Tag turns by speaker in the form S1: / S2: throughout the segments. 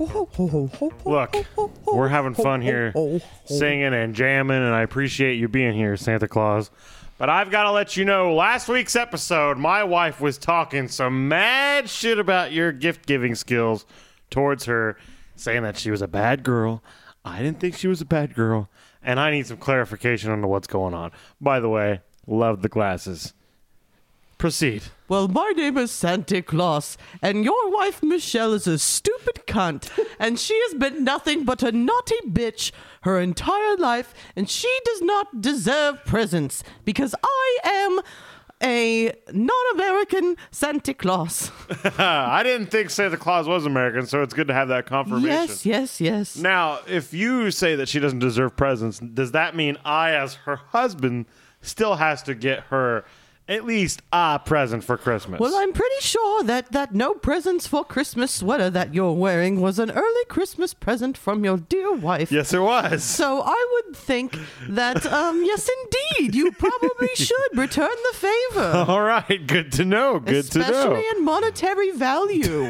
S1: Look, we're having fun here singing and jamming, and I appreciate you being here, Santa Claus. But I've got to let you know last week's episode, my wife was talking some mad shit about your gift giving skills towards her, saying that she was a bad girl. I didn't think she was a bad girl, and I need some clarification on what's going on. By the way, love the glasses. Proceed.
S2: Well, my name is Santa Claus, and your wife Michelle is a stupid cunt, and she has been nothing but a naughty bitch her entire life, and she does not deserve presents because I am a non American Santa Claus.
S1: Uh, I didn't think Santa Claus was American, so it's good to have that confirmation.
S2: Yes, yes, yes.
S1: Now, if you say that she doesn't deserve presents, does that mean I, as her husband, still has to get her at least a present for Christmas?
S2: Well, I'm pretty sure that that no presents for Christmas sweater that you're wearing was an early Christmas present from your dear wife.
S1: yes, it was.
S2: So I would think that, um, yes, indeed, you probably should return the favor.
S1: All right, good to know. Oh, Good to know.
S2: especially in monetary value.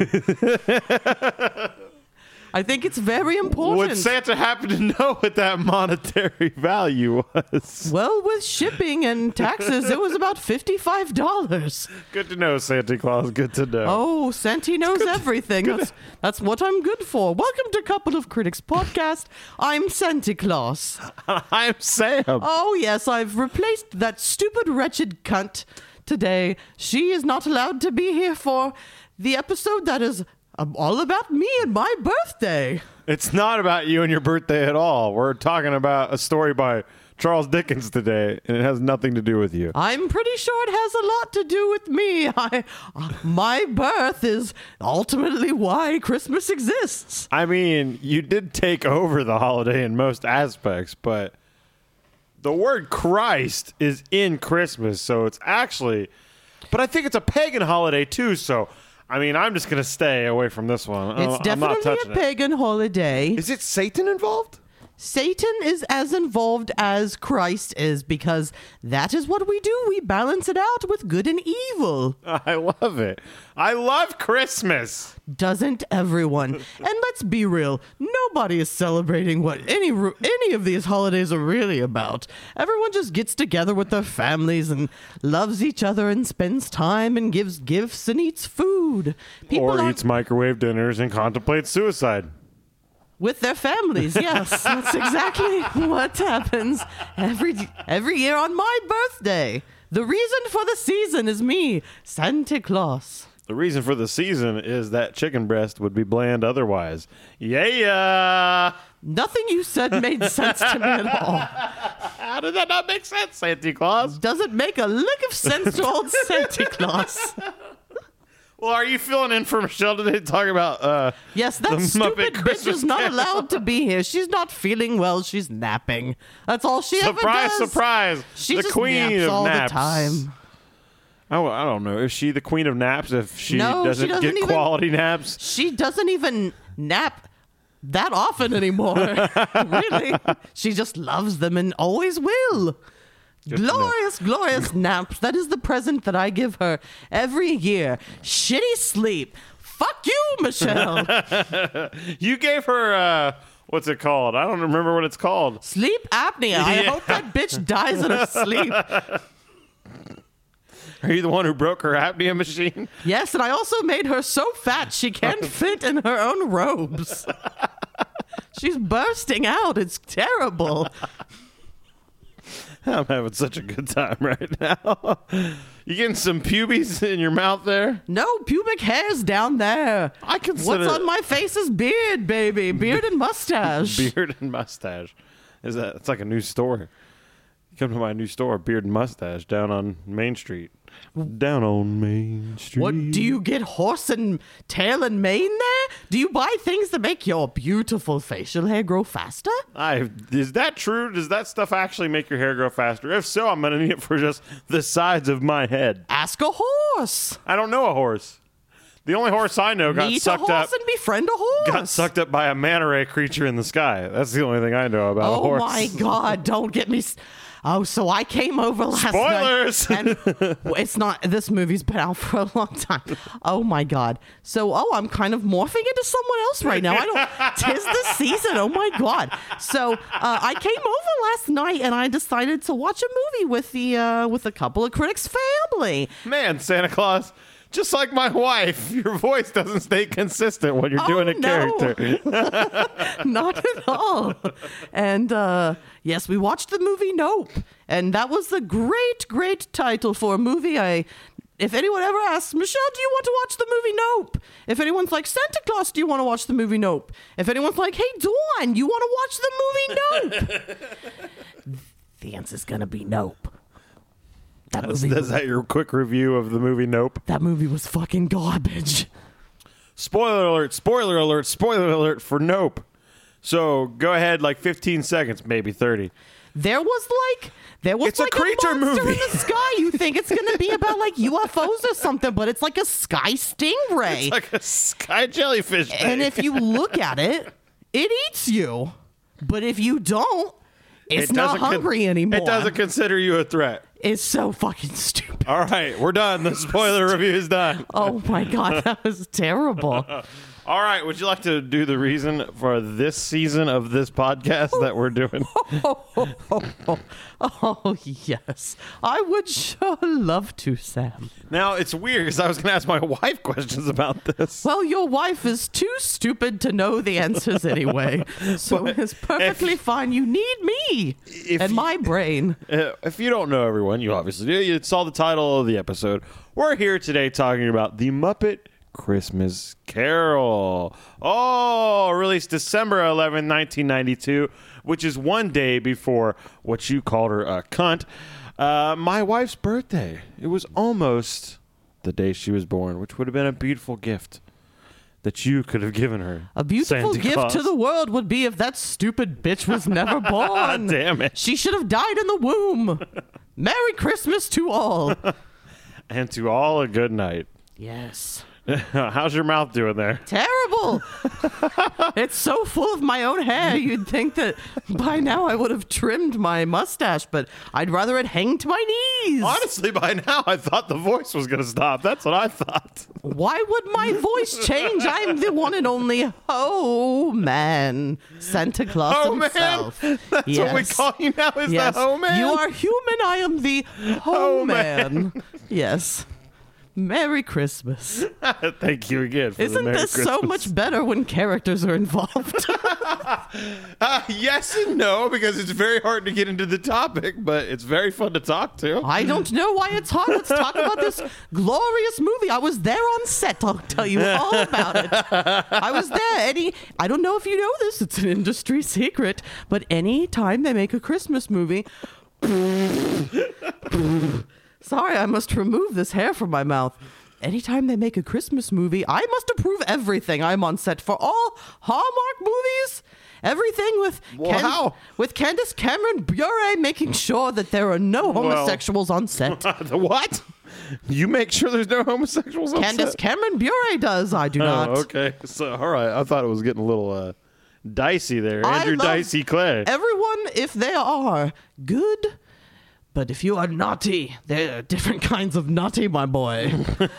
S2: I think it's very
S1: Would
S2: important.
S1: Santa happen to know what that monetary value was?
S2: well, with shipping and taxes, it was about fifty-five dollars.
S1: Good to know, Santa Claus. Good to know.
S2: Oh, Santi knows everything. That's, that's what I'm good for. Welcome to Couple of Critics podcast. I'm Santa Claus.
S1: I'm Sam.
S2: Oh, yes, I've replaced that stupid, wretched cunt today. She is not allowed to be here for the episode that is um, all about me and my birthday.
S1: It's not about you and your birthday at all. We're talking about a story by Charles Dickens today, and it has nothing to do with you.
S2: I'm pretty sure it has a lot to do with me. I, uh, my birth is ultimately why Christmas exists.
S1: I mean, you did take over the holiday in most aspects, but the word Christ is in Christmas, so it's actually. But I think it's a pagan holiday too, so I mean, I'm just gonna stay away from this one.
S2: It's
S1: I'm not
S2: definitely
S1: touching
S2: a pagan holiday.
S1: It. Is it Satan involved?
S2: Satan is as involved as Christ is because that is what we do. We balance it out with good and evil.
S1: I love it. I love Christmas.
S2: doesn't everyone? and let's be real, nobody is celebrating what any ru- any of these holidays are really about. Everyone just gets together with their families and loves each other and spends time and gives gifts and eats food. People
S1: or
S2: are
S1: eats microwave dinners and contemplates suicide.
S2: with their families. Yes, that's exactly what happens every every year on my birthday. The reason for the season is me, Santa Claus.
S1: The reason for the season is that chicken breast would be bland otherwise. Yeah.
S2: Nothing you said made sense to me at all.
S1: How did that not make sense, Santa Claus?
S2: doesn't make a lick of sense to old Santa Claus.
S1: Well, are you filling in for Michelle today to talk about uh
S2: Yes,
S1: The
S2: that
S1: Muppet
S2: stupid bitch
S1: Christmas
S2: is not
S1: Carol.
S2: allowed to be here. She's not feeling well. She's napping. That's all she ever
S1: surprise
S2: does.
S1: surprise
S2: She
S1: the
S2: just
S1: queen
S2: naps
S1: of
S2: all
S1: naps.
S2: the time.
S1: Oh, I don't know. Is she the queen of naps if she
S2: No, she
S1: doesn't,
S2: doesn't
S1: get
S2: even-
S1: quality naps?
S2: She doesn't even nap that often anymore. really, she just loves them and always will. glorious, glorious naps. That is the present that I give her every year. Shitty sleep. Fuck you, Michelle.
S1: You gave her uh what's it called? I don't remember what it's called.
S2: Sleep apnea. I
S1: Yeah.
S2: hope that bitch dies in her sleep.
S1: Are you the one who broke her apnea machine?
S2: Yes, and I also made her so fat she can't fit in her own robes. She's bursting out. It's terrible.
S1: I'm having such a good time right now. you getting some pubes in your mouth there?
S2: No pubic hairs down there.
S1: I consider
S2: What's on my face is beard, baby. Beard and mustache.
S1: beard and mustache. Is that it's like a new store. You come to my new store, Beard and Mustache, down on Main Street. Down on Main Street.
S2: What do you get horse and tail and mane there? Do you buy things that make your beautiful facial hair grow faster?
S1: I is that true? Does that stuff actually make your hair grow faster? If so, I'm gonna need it for just the sides of my head.
S2: Ask a horse.
S1: I don't know a horse. The only horse I know got
S2: Meet a
S1: sucked
S2: horse
S1: up.
S2: and befriend a horse.
S1: Got sucked up by a manta ray creature in the sky. That's the only thing I know about a
S2: Oh
S1: horse.
S2: my god! Don't get me. s oh, so I came over last
S1: Spoilers!
S2: night. Spoilers. it's not. This movie's been out for a long time. Oh my god! So oh, I'm kind of morphing into someone else right now. I don't. Tis the season. Oh my god! So uh, I came over last night and I decided to watch a movie with the uh, with a couple of critics' family.
S1: Man, Santa Claus, just like my wife, your voice doesn't stay consistent when you're
S2: Oh,
S1: doing a
S2: no.
S1: character.
S2: not at all. And uh, yes, we watched the movie Nope, and that was the great, great title for a movie. I, if anyone ever asks Michelle, do you want to watch the movie Nope? If anyone's like Santa Claus, do you want to watch the movie Nope? If anyone's like, Hey Dawn, you want to watch the movie Nope? the answer's gonna be Nope. That movie,
S1: Is that your quick review of the movie Nope?
S2: that movie was fucking garbage.
S1: Spoiler alert, spoiler alert, spoiler alert for Nope. So go ahead, like 15 seconds, maybe 30.
S2: There was like there was
S1: It's a
S2: like
S1: creature
S2: monster
S1: movie.
S2: in the sky. You think it's gonna be about like UFOs or something, but it's like a sky stingray.
S1: Like a sky jellyfish. Thing.
S2: and if you look at it, it eats you. But if you don't,
S1: It
S2: it's not
S1: doesn't con-
S2: hungry anymore.
S1: It doesn't consider you a threat.
S2: It's so fucking stupid.
S1: All right, we're done. The spoiler review is done.
S2: Oh my god, that was terrible.
S1: All right, would you like to do the reason for this season of this podcast that we're doing?
S2: Oh yes, I would sure love to, Sam.
S1: Now it's weird because I was going to ask my wife questions about this.
S2: Well, your wife is too stupid to know the answers anyway. So
S1: But
S2: it's perfectly fine. You need me
S1: If
S2: and
S1: you-
S2: my brain.
S1: Uh, If you don't know everyone, you obviously do. You saw the title of the episode. We're here today talking about the Muppet Christmas Carol. Oh, released December 11, 1992, which is one day before what you called her a cunt. Uh, my wife's birthday. It was almost the day she was born, which would have been a beautiful gift that you could have given her.
S2: A beautiful
S1: Santa
S2: gift to
S1: Claus.
S2: the world would be if that stupid bitch was never born.
S1: Damn it.
S2: She should have died in the womb. Merry Christmas to all.
S1: And to all a good night.
S2: yes.
S1: How's your mouth doing there?
S2: Terrible. it's so full of my own hair. You'd think that by now I would have trimmed my mustache, but I'd rather it hang to my knees.
S1: Honestly, by now I thought the voice was going to stop. That's what I thought.
S2: Why would my voice change? I'm the one and only oh man, Santa Claus
S1: Oh man,
S2: himself.
S1: that's what we call you now. Is
S2: yes.
S1: the oh man?
S2: You are human. I am the oh, man. Yes. Merry Christmas.
S1: Thank you again. For the
S2: Isn't
S1: Merry
S2: this
S1: Christmas.
S2: so much better when characters are involved?
S1: Uh, yes and no, because it's very hard to get into the topic, but it's very fun to talk to.
S2: I don't know why it's hard. Let's talk about this glorious movie. I was there on set. I'll tell you all about it. I was there. Any, I don't know if you know this. It's an industry secret, but any time they make a Christmas movie, sorry, I must remove this hair from my mouth. Anytime they make a Christmas movie, I must approve everything I'm on set for all Hallmark movies. Everything with
S1: Wow.
S2: with Candace Cameron Bure making sure that there are no homosexuals on set.
S1: The what? You make sure there's no homosexuals. on
S2: Candace
S1: set?
S2: Cameron Bure does. I do not.
S1: Oh, okay. So all right, I thought it was getting a little uh, dicey there.
S2: I
S1: Andrew
S2: love
S1: Dicey Clay.
S2: Everyone, if they are good, but if you are naughty, there are different kinds of naughty, my boy.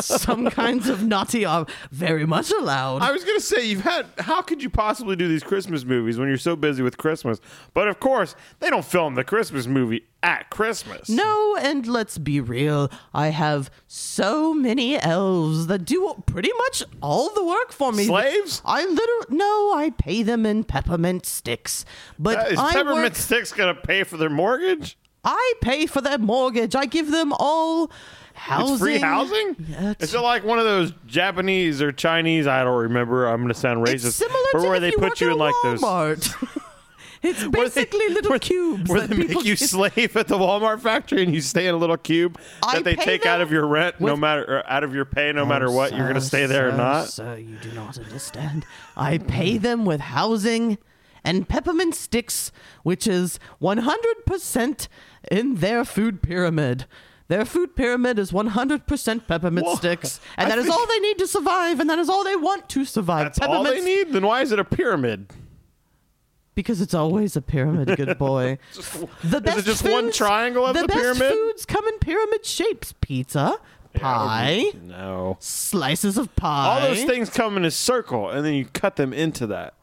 S2: Some kinds of naughty are very much allowed.
S1: I was gonna say you've had. How could you possibly do these Christmas movies when you're so busy with Christmas? But of course, they don't film the Christmas movie at Christmas.
S2: No, and let's be real. I have so many elves that do pretty much all the work for me.
S1: Slaves?
S2: I literally no. I pay them in peppermint sticks, but
S1: Uh, Is
S2: I
S1: Peppermint
S2: work,
S1: Sticks gonna pay for their mortgage?
S2: I pay for their mortgage. I give them all housing.
S1: It's free housing.
S2: Yeah, it's-
S1: Is it like one of those Japanese or Chinese? I don't remember. I'm gonna sound racist.
S2: It's similar
S1: but
S2: to
S1: where
S2: if
S1: they
S2: you
S1: put
S2: work
S1: you
S2: at
S1: in like those.
S2: Walmart. it's
S1: where they-
S2: basically little
S1: where-
S2: cubes
S1: where
S2: that
S1: they make
S2: people
S1: you
S2: get-
S1: slave at the Walmart factory, and you stay in a little cube
S2: I
S1: that they
S2: pay
S1: take out
S2: them
S1: of your rent, no
S2: with- Oh,
S1: matter or out of your pay, no matter what. You're gonna
S2: Sir,
S1: stay there or
S2: sir,
S1: not.
S2: Sir, you do not understand. I pay them with housing and peppermint sticks, which is 100% in their food pyramid. Their food pyramid is 100% peppermint
S1: Whoa,
S2: sticks, and
S1: I
S2: that is
S1: think-
S2: all they need to survive, and that is all they want to survive.
S3: That's all they
S2: Peppermints-
S3: need? Then why is it a pyramid?
S2: Because it's always a pyramid, good boy. the best
S3: just one
S2: foods-
S3: triangle of
S2: the
S3: the
S2: best
S3: pyramid?
S2: foods come in pyramid shapes: pizza, pie,
S3: No.
S2: slices of pie.
S3: All those things come in a circle, and then you cut them into that.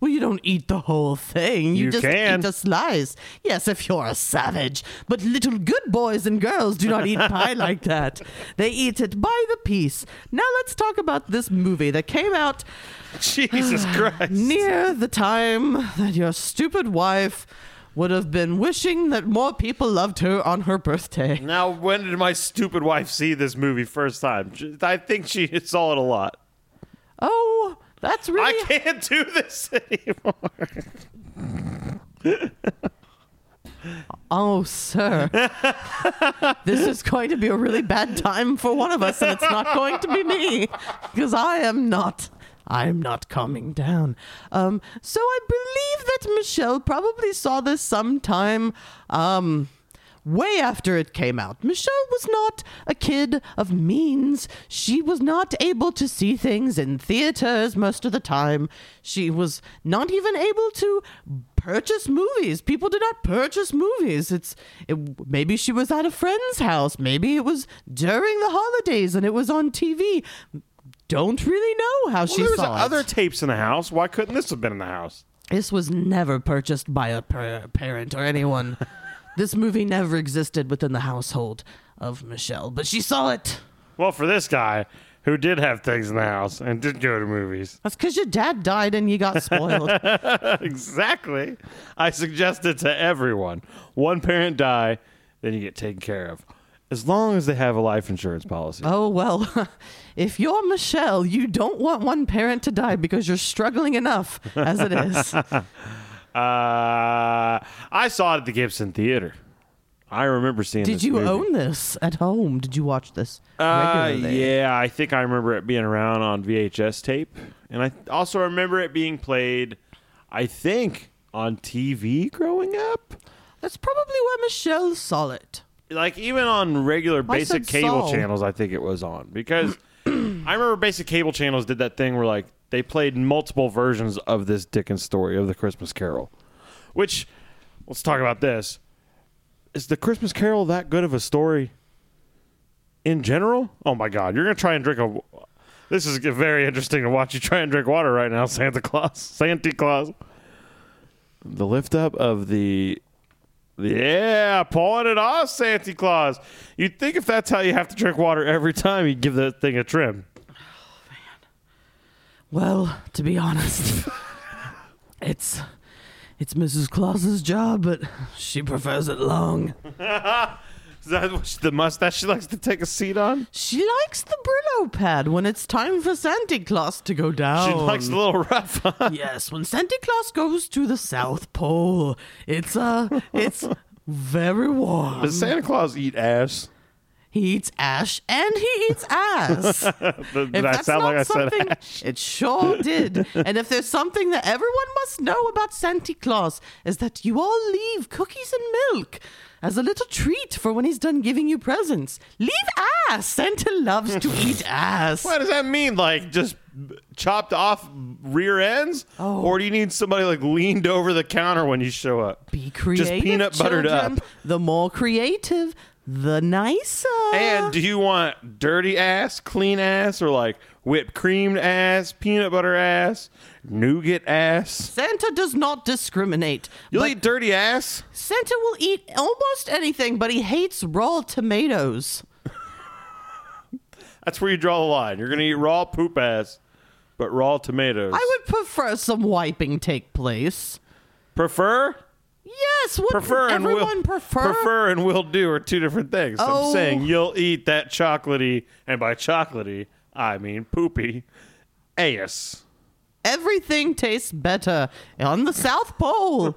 S2: Well, you don't eat the whole thing. You,
S1: You
S2: just
S1: can.
S2: eat a slice. Yes, if you're a savage. But little good boys and girls do not eat pie like that. They eat it by the piece. Now let's talk about this movie that came out
S1: Jesus Christ.
S2: near the time that your stupid wife would have been wishing that more people loved her on her birthday.
S1: Now, when did my stupid wife see this movie first time? J- I think she saw it a lot.
S2: Oh, that's really
S1: I can't do this anymore.
S2: Oh, sir. this is going to be a really bad time for one of us, and it's not going to be me because I am not. I'm not calming down. Um, so I believe that Michelle probably saw this sometime um, way after it came out. Michelle was not a kid of means. She was not able to see things in theaters most of the time. She was not even able to purchase movies. People did not purchase movies. It's it, maybe she was at a friend's house. Maybe it was during the holidays and it was on TV. Don't really know how she
S1: there was
S2: saw
S1: other
S2: it.
S1: tapes in the house. Why couldn't this have been in the house?
S2: this was never purchased by a par- parent or anyone. this movie never existed within the household of Michelle, but she saw it.
S1: Well, for this guy who did have things in the house and did go to movies.
S2: That's because your dad died and you got spoiled.
S1: Exactly. I suggest it to everyone. One parent die, then you get taken care of. As long as they have a life insurance policy.
S2: oh, well, if you're Michelle, you don't want one parent to die because you're struggling enough as it is.
S1: Uh, I saw it at the Gibson Theater. I remember seeing
S2: Did
S1: this
S2: you
S1: movie.
S2: own this at home? Did you watch this
S3: Uh,
S2: regularly?
S1: Yeah, I think I remember it being around on VHS tape, and I also remember it being played, I think, on TV growing up.
S2: That's probably where Michelle saw it.
S1: Like even on regular
S2: I
S1: basic
S2: said
S1: cable
S2: Saul.
S1: channels, I think it was on because I remember basic cable channels did that thing where like they played multiple versions of this Dickens story of the Christmas Carol, which let's talk about this. Is the Christmas Carol that good of a story? in general? Oh my God, you're gonna try and drink a. This is very interesting to watch you try and drink water right now, Santa Claus. Santa Claus. The lift up of the. Yeah, pulling it off, Santa Claus. You'd think if that's how you have to drink water every time, you'd give that thing a trim.
S2: Well, to be honest, it's it's Mrs. Claus's job, but she prefers it long.
S1: Is that what she- the mustache she likes to take a seat on?
S2: She likes the Brillo pad when it's time for Santa Claus to go down.
S1: She
S3: Oh.
S1: likes a little rough.
S2: yes, when Santa Claus goes to the South Pole, it's uh it's very warm.
S3: Does Santa Claus eat ass?
S2: He eats ash and he eats ass.
S1: Did
S2: If
S1: I
S2: that's
S1: sound
S2: not
S1: like I said
S2: something, it sure did. and if there's something that everyone must know about Santa Claus is that you all leave cookies and milk as a little treat for when he's done giving you presents. Leave ass. Santa loves to eat ass.
S1: What does that mean? Like just chopped off rear ends?
S2: Oh.
S1: Or do you need somebody like leaned over the counter when you show up?
S2: Be creative.
S1: peanut buttered
S2: children.
S1: up.
S2: The more creative, the nicer.
S1: And do you want dirty ass, clean ass, or like whipped creamed ass, peanut butter ass, nougat ass?
S2: Santa does not discriminate.
S1: You'll
S2: but
S1: eat dirty ass?
S2: Santa will eat almost anything, but he hates raw tomatoes.
S1: That's where you draw the line. You're going to eat raw poop ass, but raw tomatoes.
S2: I would prefer some wiping take place.
S1: prefer,
S2: Yes, would
S1: prefer, and will
S2: everyone prefer?
S1: prefer and will do are two different things.
S2: Oh.
S1: I'm saying you'll eat that chocolatey, and by chocolatey I mean poopy ass.
S2: Everything tastes better on the South Pole.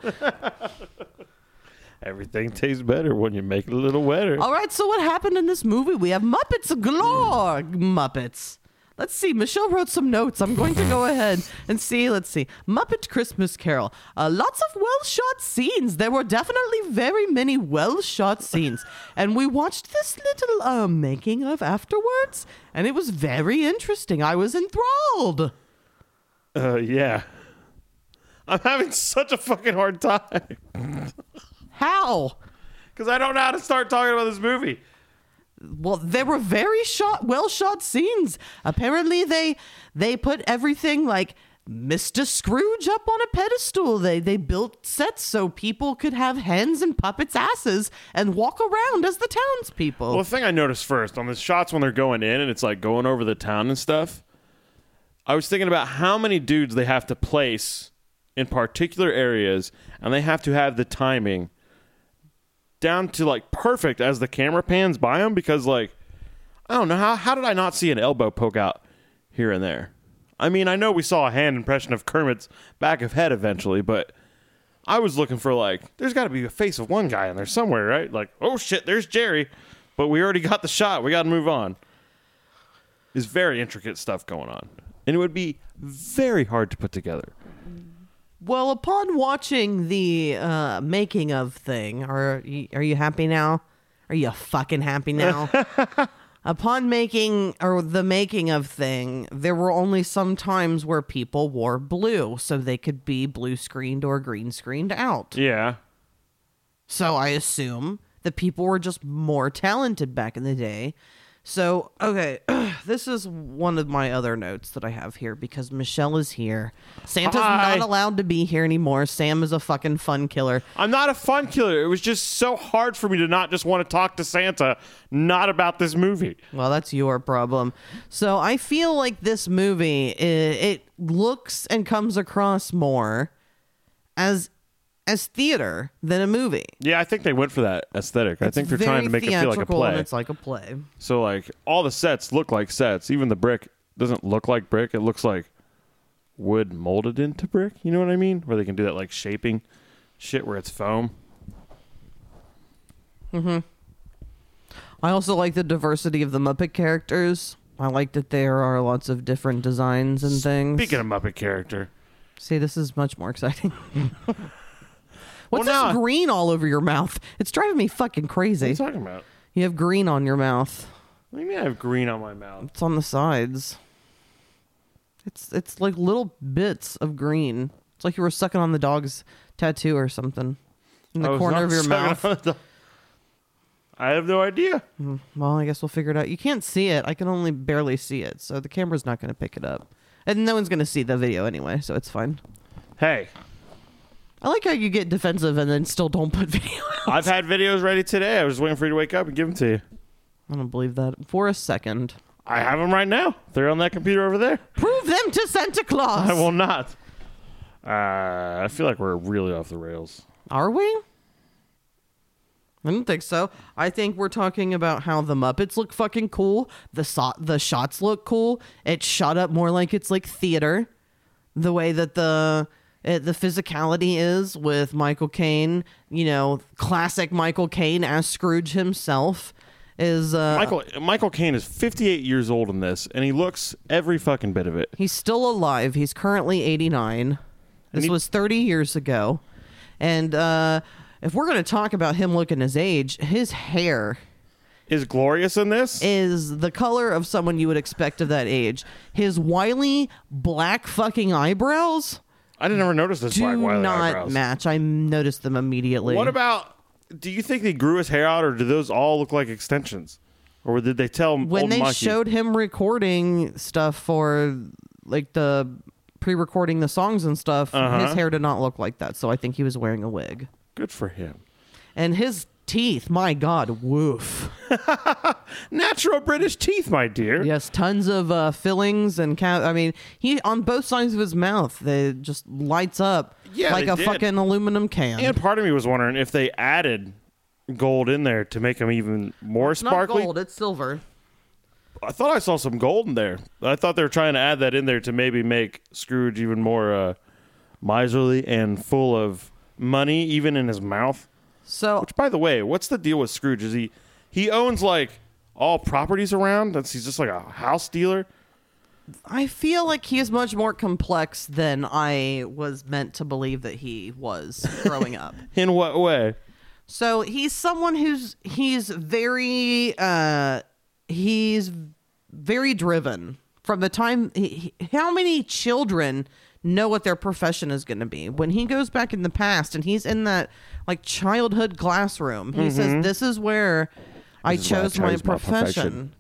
S1: Everything tastes better when you make it a little wetter.
S2: All right, so what happened in this movie? We have Muppets galore. Muppets. Let's see. Michelle wrote some notes. I'm going to go ahead and see. Let's see. Muppet Christmas Carol. Uh, lots of well shot scenes. There were definitely very many well shot scenes. And we watched this little uh, making of afterwards, and it was very interesting. I was enthralled.
S1: Uh, yeah.
S4: I'm having such a fucking hard time
S2: How?
S4: because I don't know how to start talking about this movie.
S2: well there were very shot well shot scenes apparently they they put everything like mr scrooge up on a pedestal they they built sets so people could have hens and puppets asses and walk around as the townspeople
S1: Well, the thing I noticed first on the shots when they're going in and it's like going over the town and stuff, I was thinking about how many dudes they have to place in particular areas and they have to have the timing down to like perfect as the camera pans by them because, like, I don't know. How, how did I not see an elbow poke out here and there? I mean, I know we saw a hand impression of Kermit's back of head eventually, but I was looking for like, there's got to be a face of one guy in there somewhere, right? Like, oh shit, there's Jerry, but we already got the shot. We got to move on. There's very intricate stuff going on, and it would be very hard to put together.
S2: well upon watching the uh making of thing are you, are you happy now are you fucking happy now upon making or the making of thing there were only some times where people wore blue so they could be blue screened or green screened out
S1: Yeah,
S2: so i assume the people were just more talented back in the day so okay this is one of my other notes that i have here because michelle is here santa's
S1: Hi.
S2: not allowed to be here anymore sam is a fucking fun killer
S1: I'm not a fun killer. It was just so hard for me to not just want to talk to Santa, not about this movie.
S2: Well, that's your problem. So I feel like this movie it, it looks and comes across more as as theater than a movie.
S1: Yeah, I think they went for that aesthetic. I think they're
S2: Very
S1: trying to make it feel like a
S2: theatrical
S1: play.
S2: and It's like a play.
S1: So like all the sets look like sets. Even the brick doesn't look like brick. It looks like wood molded into brick. You know what I mean? Where they can do that like shaping shit where it's foam.
S2: I also like the diversity of the Muppet characters. I like that there are lots of different designs and things.
S1: Speaking of Muppet character.
S2: See, this is much more exciting. What's
S1: now-
S2: this green all over your mouth? It's driving me fucking
S1: What are
S2: crazy.
S1: you talking about?
S2: You have green on your mouth.
S1: What do you mean I have green on my mouth?
S2: It's on the sides. It's it's like little bits of green. It's like you were sucking on the dog's tattoo or something in
S1: I
S2: the
S1: was
S2: corner
S1: Oh, not
S2: of your mouth.
S1: sucking on the- I have no idea.
S2: Well, I guess we'll figure it out. You can't see it. I can only barely see it, so the camera's not going to pick it up, and no one's going to see the video anyway, so it's fine.
S1: Hey,
S2: I like how you get defensive and then still don't put video. out.
S1: I've had videos ready today. I was waiting for you to wake up and give them to you.
S2: I don't believe that for a second.
S1: I have them right now. They're on that computer over there.
S2: Prove them to Santa Claus.
S1: I will not. Uh, I feel like we're really off the rails.
S2: Are we? I don't think so. I think we're talking about how the Muppets look fucking cool. The so- the shots look cool. It's shot up more like it's like theater. The way that the it, the physicality is with Michael Caine, you know, classic Michael Caine as Scrooge himself is uh
S1: Michael Michael Caine is 58 years old in this, and he looks every fucking bit of it.
S2: He's still alive. He's currently 89. This
S1: he-
S2: was 30 years ago. And uh, if we're going to talk about him looking his age, his hair
S1: Is glorious in this?
S2: is the color of someone you would expect of that age. His wily black fucking eyebrows
S1: I didn't ever notice this
S2: do
S1: black Wiley
S2: not
S1: eyebrows.
S2: match. I noticed them immediately.
S1: What about? Do you think they grew his hair out, or do those all look like extensions? Or did they tell
S2: when
S1: old
S2: they
S1: Mikey-
S2: showed him recording stuff for like the pre-recording the songs and stuff,
S1: Uh-huh.
S2: his hair did not look like that. So I think he was wearing a wig.
S1: Good for him.
S2: And his teeth, my God, woof.
S1: Natural British teeth, my dear.
S2: Yes, tons of uh, fillings and ca- I mean, he on both sides of his mouth, they just lights up
S1: Yeah,
S2: like
S1: they
S2: a
S1: did.
S2: fucking aluminum can.
S1: And part of me was wondering if they added gold in there to make him even more
S2: it's not
S1: sparkly.
S2: gold, it's silver.
S1: I thought I saw some gold in there. I thought they were trying to add that in there to maybe make Scrooge even more uh, miserly and full of money, even in his mouth.
S2: So
S1: Which, by the way, what's the deal with Scrooge? Is he he owns like all properties around? That's he's just like a house dealer.
S2: I feel like he is much more complex than I was meant to believe that he was growing up.
S3: In what way?
S2: So he's someone who's he's very uh he's very driven from the time he, he- how many children know what their profession is going to be when he goes back in the past and he's in that like childhood classroom he says this is where I
S3: is where I
S2: chose, my,
S3: chose my
S2: profession.
S3: profession.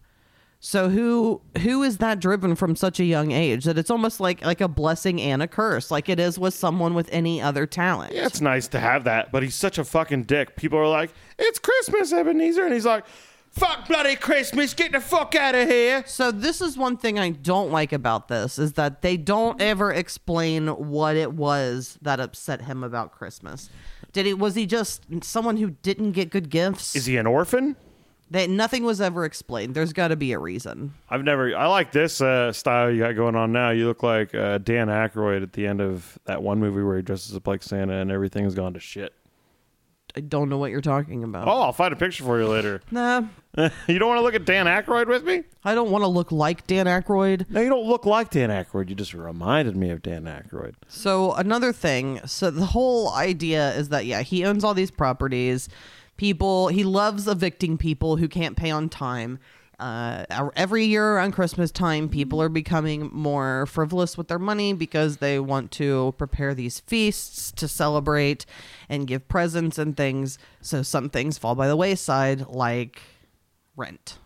S2: so who who is that driven from such a young age that it's almost like like a blessing and a curse like it is with someone with any other talent
S1: Yeah, it's nice to have that, but he's such a fucking dick. People are like, "It's Christmas, Ebenezer," and he's like, "Fuck bloody Christmas! Get the fuck out of here!"
S2: So this is one thing I don't like about this is that they don't
S1: Mm-hmm.
S2: ever explain what it was that upset him about Christmas. Did he was he just someone who didn't get good gifts?
S1: Is he an orphan?
S2: that nothing was ever explained. There's got to be a reason.
S1: I've never. I like this uh, style you got going on now. You look like uh, Dan Aykroyd at the end of that one movie where he dresses up like Santa and everything's gone to shit.
S2: I don't know what you're talking about.
S1: Oh, I'll find a picture for you later.
S2: Nah,
S1: you don't want to look at Dan Aykroyd with me?
S2: I don't want to look like Dan Aykroyd.
S1: No, you don't look like Dan Aykroyd. You just reminded me of Dan Aykroyd.
S2: So another thing, so the whole idea is that yeah, he owns all these properties. People, he loves evicting people who can't pay on time. Uh, our- every year around Christmas time, people are becoming more frivolous with their money because they want to prepare these feasts to celebrate and give presents and things. So some things fall by the wayside, like rent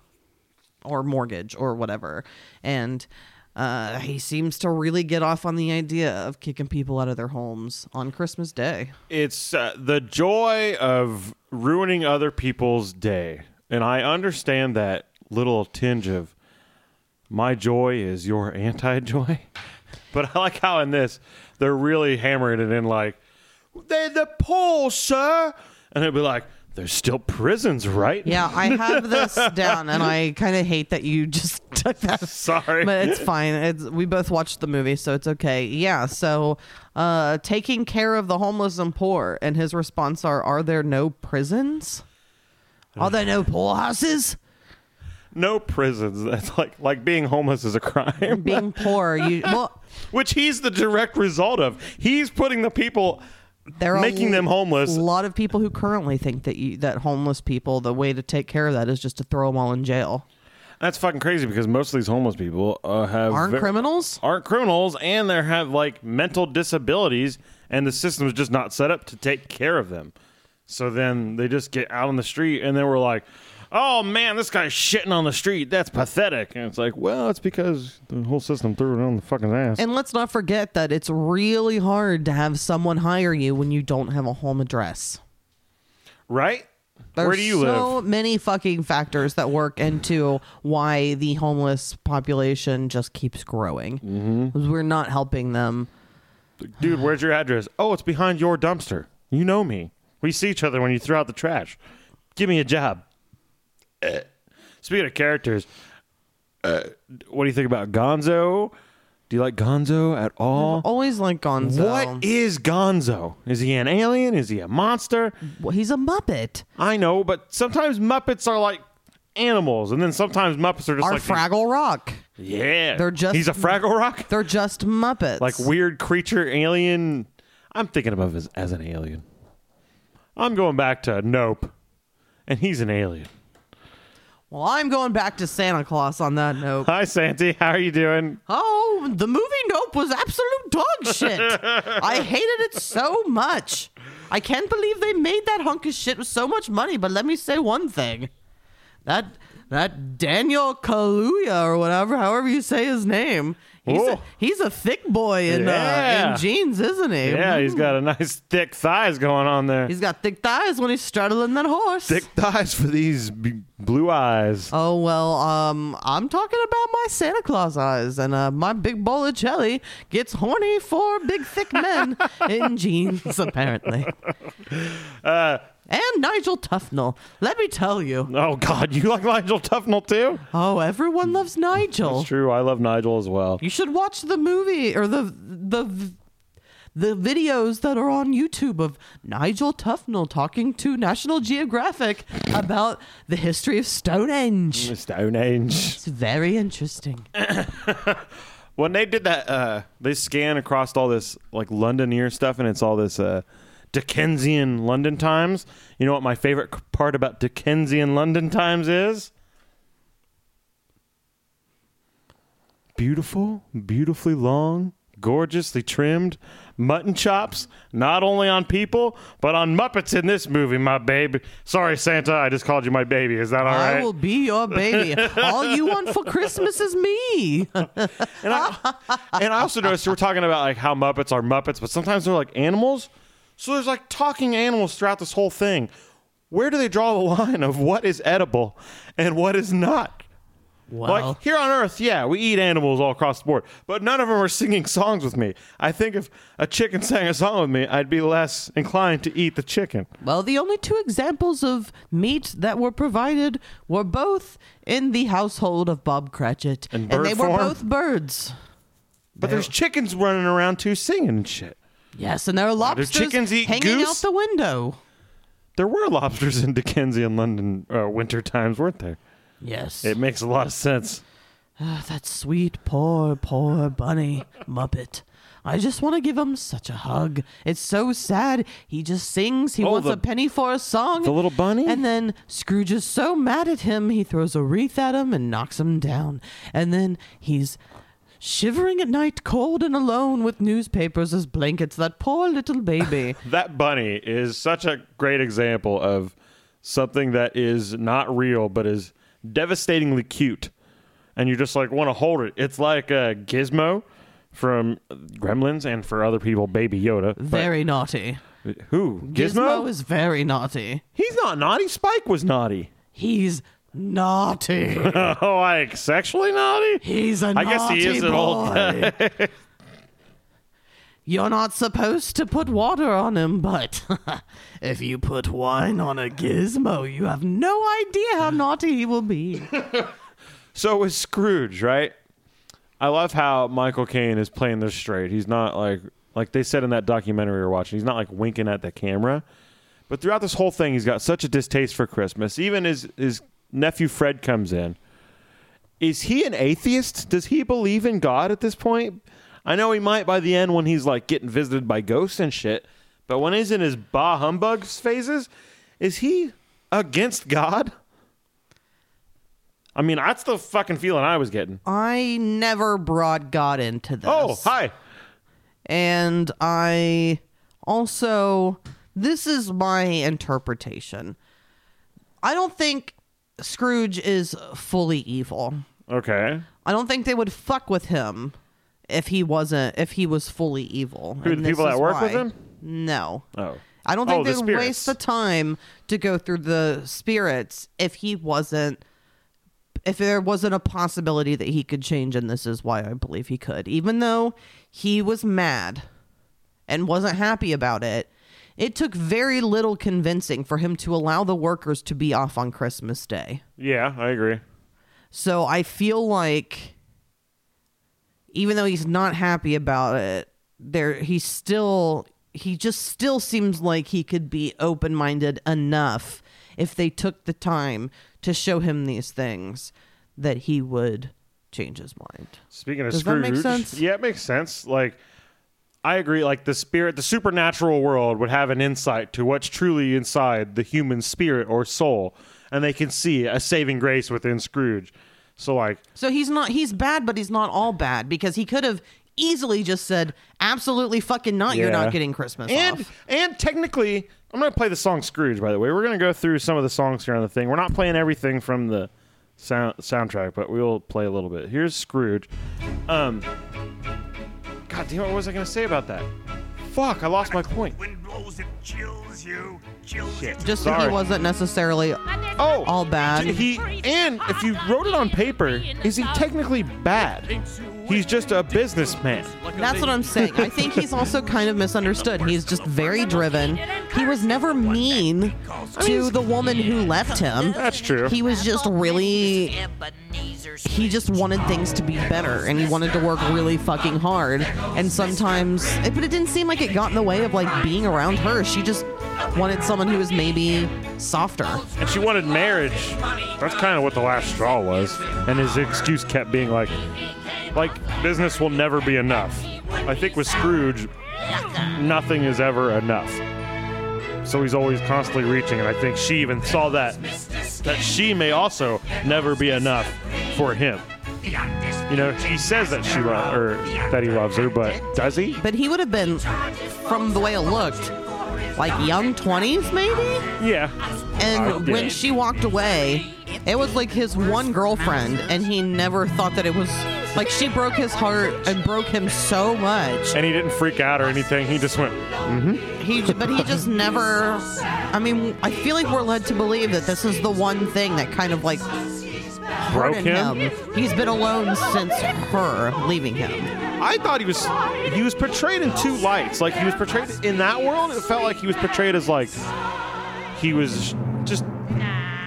S2: or mortgage or whatever. And uh, he seems to really get off on the idea of kicking people out of their homes on Christmas Day.
S1: It's uh, the joy of ruining other people's day. And I understand that little tinge of my joy is your anti joy. But I like how in this, they're really hammering it in like, they're the poor, sir. And it'll be like, there's still prisons, right?
S2: Yeah, I have this down, and I kind of hate that you just took that
S1: Sorry.
S2: But it's fine. It's we both watched the movie, so it's okay. Yeah. So, uh, taking care of the homeless and poor, and his response are, "Are there no prisons? Are there no poor houses?
S1: no prisons. That's like like being homeless is a crime,
S2: Being poor, you well,
S1: which he's the direct result of. He's putting the people
S2: there are
S1: Making them homeless.
S2: A lot of people who currently think that you, that homeless people, the way to take care of that is just to throw them all in jail.
S1: That's fucking crazy because most of these homeless people uh, have
S2: Aren't
S1: ver-
S2: criminals?
S1: aren't criminals, and they have like mental disabilities, and the system is just not set up to take care of them. So then they just get out on the street, and then we're like, "Oh man, this guy's shitting on the street. That's pathetic." And it's like, well, it's because the whole system threw it on the fucking ass.
S2: And let's not forget that it's really hard to have someone hire you when you don't have a home address.
S1: right?
S2: There's
S1: Where do you
S2: so
S1: live?
S2: many fucking factors that work into why the homeless population just keeps growing. Mm-hmm. We're not helping them.
S1: Dude, where's your address? Oh, it's behind your dumpster. You know me. We see each other when you throw out the trash. Give me a job.
S2: Uh,
S1: Eh. Speaking of characters, eh, what do you think about Gonzo? Do you like Gonzo at all?
S2: Always like Gonzo.
S1: What is Gonzo? Is he an alien? Is he a monster?
S2: Well, He's a Muppet.
S1: I know, but sometimes Muppets are like animals, and then sometimes Muppets are just
S2: Our
S1: like these-
S2: Fraggle Rock.
S1: yeah,
S2: They're just-
S1: he's a Fraggle Rock,
S2: They're just Muppets.
S1: like weird creature alien. I'm thinking of him as, as an alien. I'm going back to Nope, and he's an alien.
S2: Well, I'm going back to Santa Claus on that note.
S1: Hi, Santi. How are you doing?
S2: Oh, the movie Nope was absolute dog shit. I hated it so much. I can't believe they made that hunk of shit with so much money, but let me say one thing. That that Daniel Kaluuya or whatever, however you say his name. He's
S1: Ooh.
S2: a, he's a thick boy in, uh,
S1: Oh. Yeah.
S2: in jeans, isn't he?
S1: Yeah, he's
S2: Mm.
S1: got a nice thick thighs going on there.
S2: he's got thick thighs when he's straddling that horse.
S1: thick thighs for these b- blue eyes.
S2: Oh well, um, I'm talking about my Santa Claus eyes, and uh, my big bowl of jelly gets horny for big thick men in jeans, apparently. and Nigel Tufnell, let me tell you.
S1: Oh God, you like Nigel Tufnell too?
S2: Oh, everyone loves Nigel.
S1: It's true. I love Nigel as well.
S2: You should watch the movie or the the the videos that are on YouTube of Nigel Tufnell talking to National Geographic about the history of Stonehenge.
S1: Stone Age.
S2: It's very interesting.
S1: When they did that, uh, they scan across all this like Londoneer stuff, and it's all this uh, Dickensian London Times. You know what my favorite c- part about Dickensian London Times is? Beautiful, beautifully long, gorgeously trimmed mutton chops, not only on people, but on Muppets in this movie, my baby. Sorry, Santa, I just called you my baby. Is that all right?
S2: I will be your baby. All you want for Christmas is me.
S1: And I, and I also noticed we're talking about like how Muppets are Muppets, but sometimes they're like animals. So there's like talking animals throughout this whole thing. Where do they draw the line of what is edible and what is not?
S2: Well,
S1: Like here on Earth, yeah, we eat animals all across the board, but none of them are singing songs with me. I think if a chicken sang a song with me, I'd be less inclined to eat the chicken.
S2: well, the only two examples of meat that were provided were both in the household of Bob Cratchit,
S1: And bird
S2: they were
S1: form?
S2: both birds.
S1: But there's chickens running around too singing and shit.
S2: Yes, and there are
S1: do
S2: lobsters
S1: chickens eat
S2: hanging out
S1: goose?
S2: the window.
S1: There were lobsters in Dickensian London uh, winter times, weren't there?
S2: Yes.
S1: It makes a lot of sense.
S2: Ah, that sweet, poor, poor bunny Muppet. I just want to give him such a hug. It's so sad. He just sings. He
S1: Oh,
S2: wants
S1: the-
S2: a penny for a song.
S1: the little bunny?
S2: And then Scrooge is so mad at him, he throws a wreath at him and knocks him down. And then he's shivering at night, cold and alone, with newspapers as blankets. That poor little baby.
S1: That bunny is such a great example of something that is not real but is devastatingly cute. And you just like want to hold it. It's like a gizmo from Gremlins and for other people, Baby Yoda. But
S2: very naughty.
S1: who? Gizmo?
S2: Gizmo is very naughty.
S1: He's not naughty. Spike was naughty.
S2: He's naughty.
S1: oh, like sexually naughty?
S2: He's a
S1: I
S2: naughty
S1: guess he is
S2: boy.
S1: an old
S2: You're not supposed to put water on him, but if you put wine on a gizmo, you have no idea how naughty he will be.
S1: So with Scrooge, right? I love how Michael Caine is playing this straight. He's not like like they said in that documentary we were watching. He's not like winking at the camera. But throughout this whole thing, he's got such a distaste for Christmas. Even his his nephew Fred comes in. Is he an atheist? Does he believe in God at this point? I know he might by the end when he's like getting visited by ghosts and shit. But when he's in his bah humbugs phases, is he against God? I mean, that's the fucking feeling I was getting.
S2: I never brought God into this.
S1: Oh, hi.
S2: and I also this is my interpretation. I don't think Scrooge is fully evil.
S1: Okay.
S2: I don't think they would fuck with him if he wasn't if he was fully evil.
S1: Who,
S2: And
S1: the people
S2: this
S1: that
S2: is
S1: work with
S2: why.
S1: him?
S2: No.
S1: Oh.
S2: I don't
S1: Oh,
S2: think
S1: the
S2: they'd
S1: spirits.
S2: waste the time to go through the spirits if he wasn't if there wasn't a possibility that he could change and this is why I believe he could. Even though he was mad and wasn't happy about it, it took very little convincing for him to allow the workers to be off on Christmas Day.
S1: Yeah, I agree.
S2: So I feel like even though he's not happy about it, there he's still he just still seems like he could be open-minded enough if they took the time to show him these things that he would change his mind.
S1: Speaking of
S2: Does that
S1: Scrooge,
S2: make sense?
S1: yeah, it makes sense. Like, I agree. Like the spirit, the supernatural world would have an insight to what's truly inside the human spirit or soul, and they can see a saving grace within Scrooge. So, like,
S2: So he's not he's bad, but he's not all bad because he could have easily just said, "Absolutely fucking not! You're
S1: Yeah.
S2: not getting Christmas
S1: and
S2: off."
S1: and technically, I'm gonna play the song Scrooge. By the way, we're gonna go through some of the songs here on the thing. We're not playing everything from the sound soundtrack, but we'll play a little bit. Here's Scrooge. Um, God damn, it, what was I gonna say about that? Fuck, I lost my point.
S5: Wind blows, it chills you, chills you.
S2: Just that
S1: sorry.
S2: he wasn't necessarily
S1: Oh,
S2: all bad.
S1: He and if you wrote it on paper, is he technically bad? He's just a businessman.
S2: That's what I'm saying. I think he's also kind of misunderstood. He's just very driven. He was never mean to the woman who left him.
S1: That's true.
S2: He was just really he just wanted things to be better and he wanted to work really fucking hard. And sometimes, but it didn't seem like it got in the way of like being around her. She just wanted someone who was maybe softer.
S1: And she wanted marriage. That's kind of what the last straw was. And his excuse kept being like, like business will never be enough. I think with Scrooge, nothing is ever enough. So he's always constantly reaching, and I think she even saw that that she may also never be enough for him. You know, he says that she lo- or that he loves her, but does he?
S2: But he would have been, from the way it looked, like young 20s maybe?
S1: Yeah.
S2: And
S1: I
S2: when
S1: did.
S2: she walked away, it was like his one girlfriend, and he never thought that it was like she broke his heart and broke him so much.
S1: And he didn't freak out or anything. He just went,
S2: He, but he just never. I mean, I feel like we're led to believe that this is the one thing that kind of like
S1: broke
S2: hurted
S1: him.
S2: him. He's been alone since her leaving him.
S3: I thought he was he was portrayed in two lights. Like he was portrayed in that world, it felt like he was portrayed as like
S1: He was just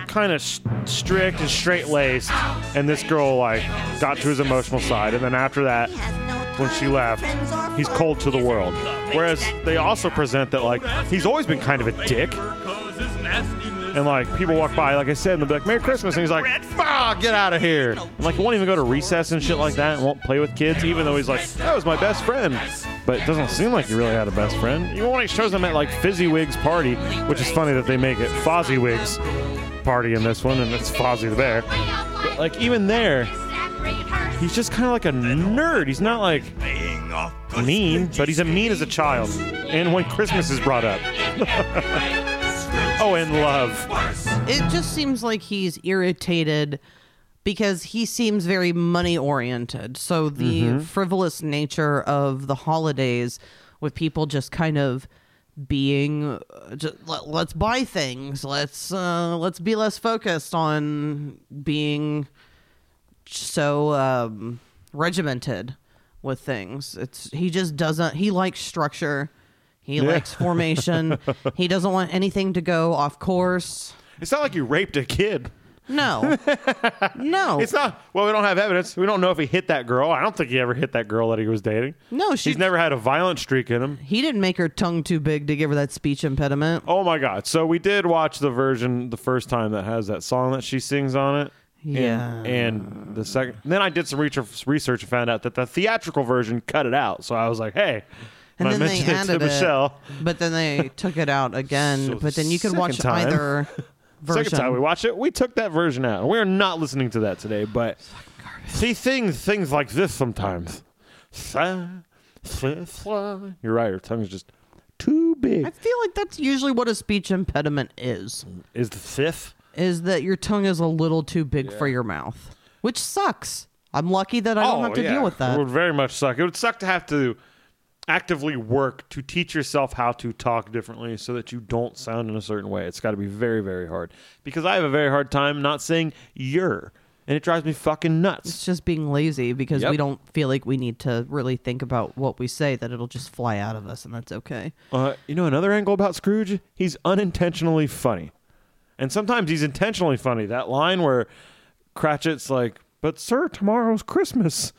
S1: kind of strict and straight laced. And this girl, like, got to his emotional side. And then after that, when she left, he's cold to the world. Whereas they also present that, like, he's always been kind of a dick. And, like, people walk by, like I said, and they'll be like, Merry Christmas. And he's like, ah, get out of here. And, like, he won't even go to recess and shit like that and won't play with kids, even though he's like, that was my best friend. But it doesn't seem like he really had a best friend. Even when he shows them at, like, Fizzywig's party, which is funny that they make it Fozzywig's party in this one, and it's Fozzie the Bear. But, like, even there, he's just kind of like a nerd. He's not like mean, but he's a mean as a child. And when Christmas is brought up. oh, and love.
S2: It just seems like he's irritated because he seems very money oriented. So the frivolous nature of the holidays with people just kind of being uh, ju- let, let's buy things let's uh let's be less focused on being so um regimented with things it's he just doesn't he likes structure he likes formation he doesn't want anything to go off course
S1: It's not like you raped a kid.
S2: no. no.
S1: It's not. Well, we don't have evidence. We don't know if he hit that girl. I don't think he ever hit that girl that he was dating.
S2: no, she,
S1: He's never had a violent streak in him.
S2: he didn't make her tongue too big to give her that speech impediment.
S1: Oh my god! So we did watch the version the first time that has that song that she sings on it. And-
S2: Yeah.
S1: and the second, then I did some reach- research and found out that the theatrical version cut it out. So I was like, hey, and,
S2: And
S1: I
S2: then they
S1: mentioned it to
S2: added
S1: Michelle.
S2: it. But then they took it out again.
S1: So
S2: but then you could
S1: second
S2: watch
S1: time-
S2: either version.
S1: Second time we watched it, we took that version out. We're not listening to that today, but see things things like this sometimes. Fly, fly, fly. You're right. Your tongue's just too
S2: I
S1: big.
S2: feel like that's usually what a speech impediment is.
S1: Is the fifth?
S2: Is that your tongue is a little too big for your mouth, which sucks. I'm lucky that I don't have to
S1: Oh, yeah.
S2: deal with that.
S1: It would very much suck. It would suck to have to actively work to teach yourself how to talk differently so that you don't sound in a certain way. It's got to be very, very hard because I have a very hard time not saying "your," and it drives me fucking nuts.
S2: It's just being lazy because
S1: Yep.
S2: we don't feel like we need to really think about what we say, that it'll just fly out of us, and that's okay.
S1: Uh, you know another angle about Scrooge? He's unintentionally funny, and sometimes he's intentionally funny. That line where Cratchit's like, "But sir, tomorrow's Christmas,"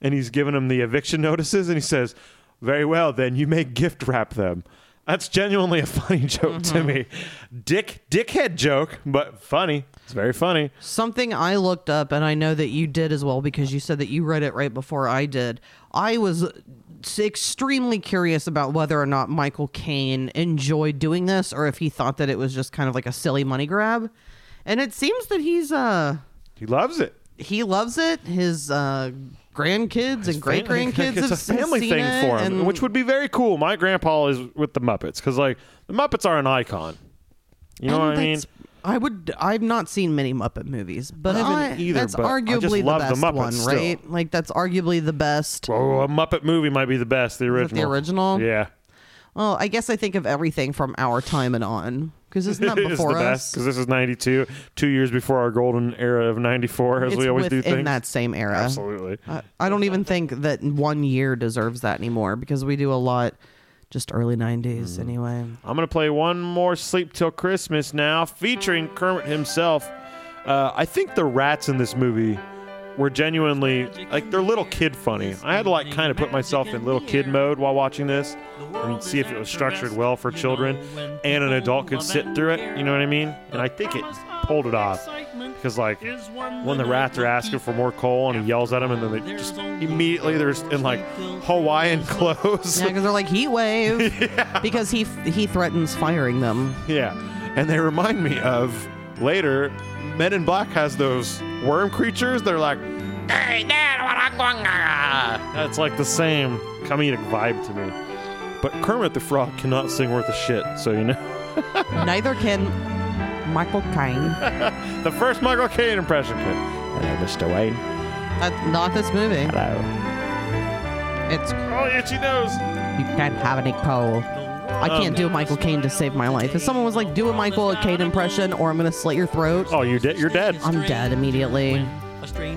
S1: and he's giving him the eviction notices, and he says, "Very well, then you may gift wrap them." That's genuinely a funny joke to me. Dick, dickhead joke, but funny. It's very funny.
S2: Something I looked up, and I know that you did as well because you said that you read it right before I did. I was extremely curious about whether or not Michael Caine enjoyed doing this or if he thought that it was just kind of like a silly money grab. And it seems that he's uh
S1: He loves it.
S2: he loves it. His uh grandkids and great grandkids
S1: It's
S2: have
S1: a family
S2: seen
S1: thing
S2: it,
S1: for him,
S2: and
S1: which would be very cool. My grandpa is with the Muppets because, like, the Muppets are an icon. You know
S2: And
S1: what I mean?
S2: that's- I would. I've not seen many Muppet movies, but
S1: I haven't
S2: I,
S1: either,
S2: that's
S1: but I
S2: arguably
S1: just
S2: the
S1: love the
S2: best
S1: Muppets
S2: one,
S1: still.
S2: right? Like that's arguably the best.
S1: Oh, a Muppet movie might be the best. The
S2: that
S1: original.
S2: the original?
S1: Yeah.
S2: Well, I guess I think of everything from our time and on because it's not
S1: It is the
S2: before
S1: best
S2: us.
S1: because this is 92, two years before our golden era of 94, as
S2: it's
S1: we always do
S2: within
S1: things.
S2: that same era.
S1: Absolutely.
S2: I, I don't even think that one year deserves that anymore because we do a lot just early '90s
S1: Mm-hmm.
S2: anyway.
S1: I'm going to play one more Sleep Till Christmas now, featuring Kermit himself. Uh, I think the rats in this movie were genuinely like they're little kid funny. I had to like kind of put myself in little kid mode while watching this and see if it was structured well for children and an adult could sit through it. You know what I mean? And I think it pulled it off because like when the rats are asking for more coal and he yells at them and then they just immediately they're just in like Hawaiian clothes.
S2: Yeah, because they're like heat wave. Because he he threatens firing them.
S1: Yeah, and they remind me of later. Men in Black has those worm creatures. They're like, "Hey, Dad, what I'm going to-" that's like the same comedic vibe to me. But Kermit the Frog cannot sing worth a shit, so you know.
S2: Neither can Michael Caine.
S1: The first Michael Caine impression. Kid. Hello, Mr. Wayne.
S2: That's not this movie.
S1: Hello.
S2: It's
S1: Oh, itchy nose.
S2: you can't have any coal. I
S1: Um,
S2: can't do a Michael Caine to save my life. If someone was like, do a Michael Caine impression, or I'm gonna slit your throat,
S1: Oh, you're dead. You're dead.
S2: I'm dead immediately.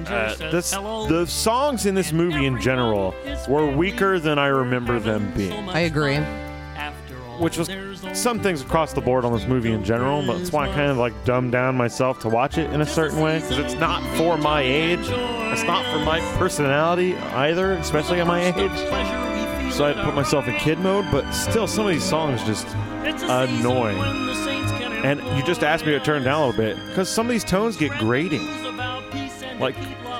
S1: Uh, this, the songs in this movie in general were weaker than I remember them being,
S2: I agree.
S1: which was some things across the board on this movie in general. But that's why I kind of like dumbed down myself to watch it in a certain way because it's not for my age. It's not for my personality either, especially at my
S2: Eh.
S1: age. So I put myself in kid mode, but still, some of these songs just annoying. And you just asked me to turn it down a little bit because some of these tones get grating. Like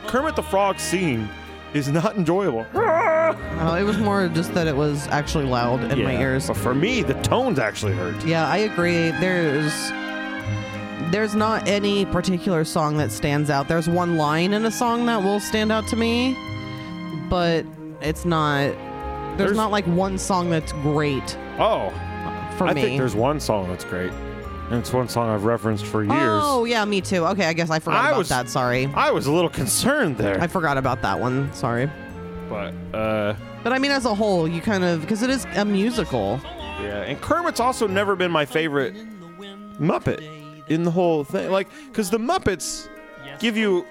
S1: Kermit the Frog singing is not enjoyable.
S2: Uh, it was more just that it was actually loud in my
S1: Yeah.
S2: ears.
S1: But for me, the tones actually hurt.
S2: Yeah, I agree. There's there's not any particular song that stands out. There's one line in a song that will stand out to me, but it's not. There's,
S1: There's-
S2: not like one song that's great
S1: Oh,
S2: for
S1: I
S2: me.
S1: think there's one song that's great, and it's one song I've referenced for years.
S2: Oh yeah, me too. Okay, I guess I forgot
S1: I
S2: about
S1: was-
S2: that. Sorry,
S1: I was a little concerned there,
S2: I forgot about that one. Sorry,
S1: but uh,
S2: but I mean as a whole, you kind of because it is a musical.
S1: yeah. And Kermit's also never been my favorite Muppet in the whole thing, like because the Muppets give you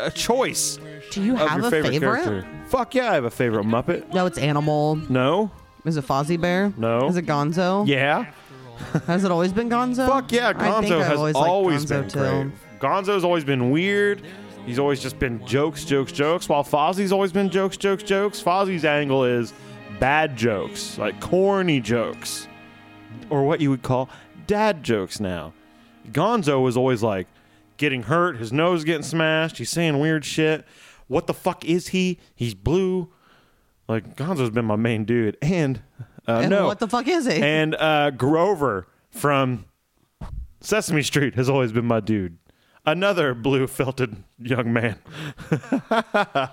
S1: a choice
S2: Do you
S1: of
S2: have
S1: your
S2: a
S1: favorite,
S2: favorite?
S1: character. Fuck yeah, I have a favorite Muppet.
S2: No, it's Animal.
S1: No,
S2: Is it Fozzie Bear?
S1: No.
S2: Is it Gonzo?
S1: yeah,
S2: Has it always been Gonzo?
S1: Fuck yeah,
S2: I think
S1: Gonzo
S2: I've
S1: has always,
S2: liked
S1: been
S2: Gonzo
S1: great. Gonzo's always been weird. He's always just been jokes, jokes, jokes. While Fozzie's always been jokes, jokes, jokes. Fozzie's angle is bad jokes, like corny jokes, or what you would call dad jokes. Now, Gonzo was always like getting hurt, his nose getting smashed. He's saying weird shit. What the fuck is he? He's blue. Like Gonzo's been my main dude, and uh,
S2: And
S1: no,
S2: what the fuck is it?
S1: and uh, Grover from Sesame Street has always been my dude. Another blue felted young man.
S2: I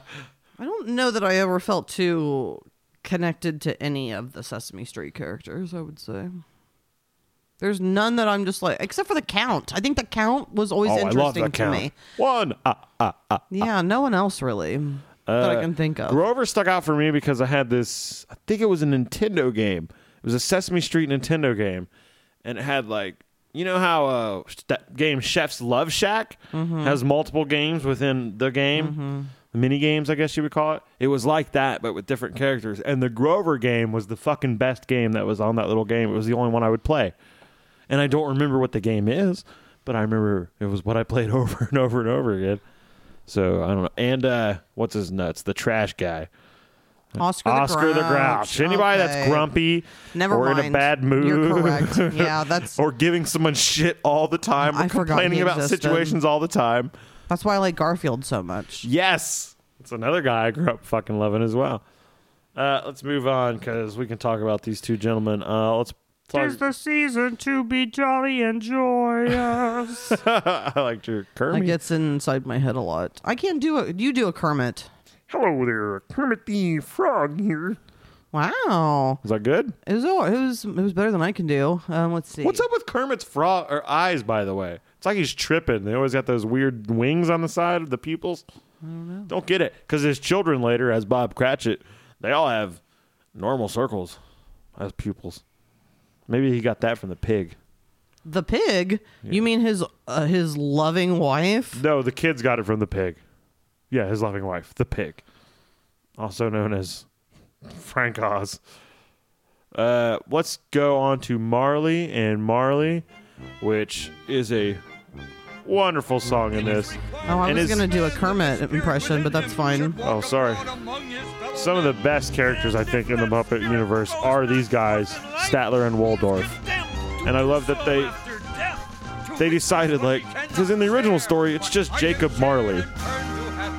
S2: don't know that I ever felt too connected to any of the Sesame Street characters, I would say. There's none that I'm just like, except for the Count. I think the Count was always
S1: oh, I love
S2: interesting
S1: that
S2: to
S1: count.
S2: me.
S1: One. Uh,
S2: Yeah, no one else really that I can think of.
S1: Grover stuck out for me because I had this. I think it was a Nintendo game. It was a Sesame Street Nintendo game, and it had like you know how uh, sh- that game Chef's Love Shack
S2: Mm-hmm.
S1: has multiple games within the game, mini games I guess you would call it. It was like that, but with different characters. And the Grover game was the fucking best game that was on that little game. It was the only one I would play, and I don't remember what the game is, but I remember it was what I played over and over and over again. So I don't know. And uh, what's his nuts? The trash guy,
S2: Oscar,
S1: Oscar the Grouch. Anybody that's
S2: Okay.
S1: grumpy
S2: Never
S1: or
S2: mind.
S1: in a bad mood,
S2: You're correct. Yeah, that's
S1: or giving someone shit all the time, or
S2: I forgot he
S1: complaining about
S2: existed.
S1: situations all the time.
S2: that's why I like Garfield so much.
S1: Yes, it's another guy I grew up fucking loving as well. Uh, let's move on because we can talk about these two gentlemen. Uh, let's talk.
S6: season to be jolly and joyous.
S1: I liked your
S2: That
S1: Kermit.
S2: gets inside my head a lot. I can't do it. You do a Kermit.
S6: Hello there, Kermit the Frog here.
S2: Wow.
S1: Is that good?
S2: It was, all- it was it was better than I can do. Um, let's see.
S1: What's up with Kermit's frog or eyes? By the way, it's like he's tripping. They always got those weird wings on the side of the pupils. I don't know. Don't get it because his children later, as Bob Cratchit, they all have normal circles as pupils. Maybe he got that from the pig.
S2: The pig? You mean his uh, his loving wife?
S1: No, the kids got it from the pig. Yeah, his loving wife, the pig, also known as Frank Oz. Uh, let's go on to Marley and Marley, which is a Wonderful song in this.
S2: Oh, I
S1: And
S2: was
S1: it's-
S2: gonna do a Kermit impression, but that's fine.
S1: Oh, sorry. Some of the best characters I think in the Muppet universe are these guys, Statler and Waldorf. And I love that they they decided like because in the original story it's just Jacob Marley.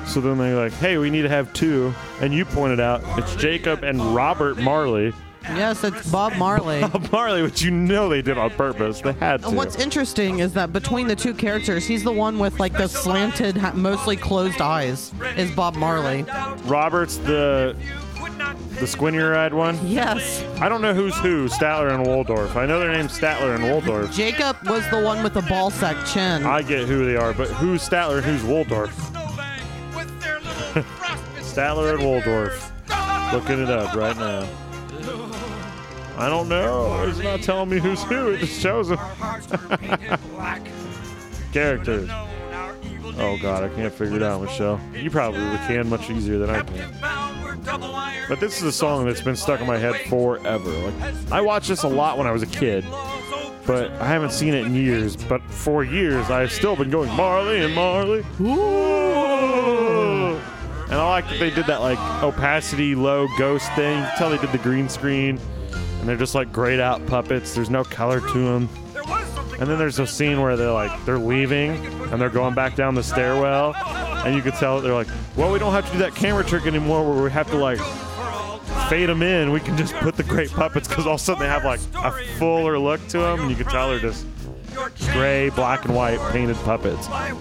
S1: So then they're like, hey, we need to have two. And you pointed out it's Jacob and Robert Marley.
S2: Yes, it's Bob Marley.
S1: Marley, which you know they did on purpose. They had to.
S2: And what's interesting is that between the two characters, he's the one with like the slanted, ha- mostly closed eyes. Is Bob Marley?
S1: Robert's the the squinnier eyed one.
S2: Yes.
S1: I don't know who's who, Statler and Waldorf. I know their name's Statler and Waldorf.
S2: Jacob was the one with the ball sack chin.
S1: I get who they are, but who's Statler and who's Waldorf? Statler and Waldorf. Looking it up right now. I don't know. It's not telling me who's who. It just shows them. Characters. Oh god, I can't figure it out, Michelle. You probably can much easier than I can. But this is a song that's been stuck in my head forever. Like, I watched this a lot when I was a kid, but I haven't seen it in years. But for years, I've still been going Marley and Marley. Ooh. And I like that they did that like opacity low ghost thing. You can tell they did the green screen, and they're just like grayed out puppets. There's no color to them. And then there's a scene where they're like they're leaving and they're going back down the stairwell, and you could tell they're like, well, we don't have to do that camera trick anymore where we have to like fade them in. We can just put the great puppets because all of a sudden they have like a fuller look to them, and you can tell they're just gray, black and white painted puppets. I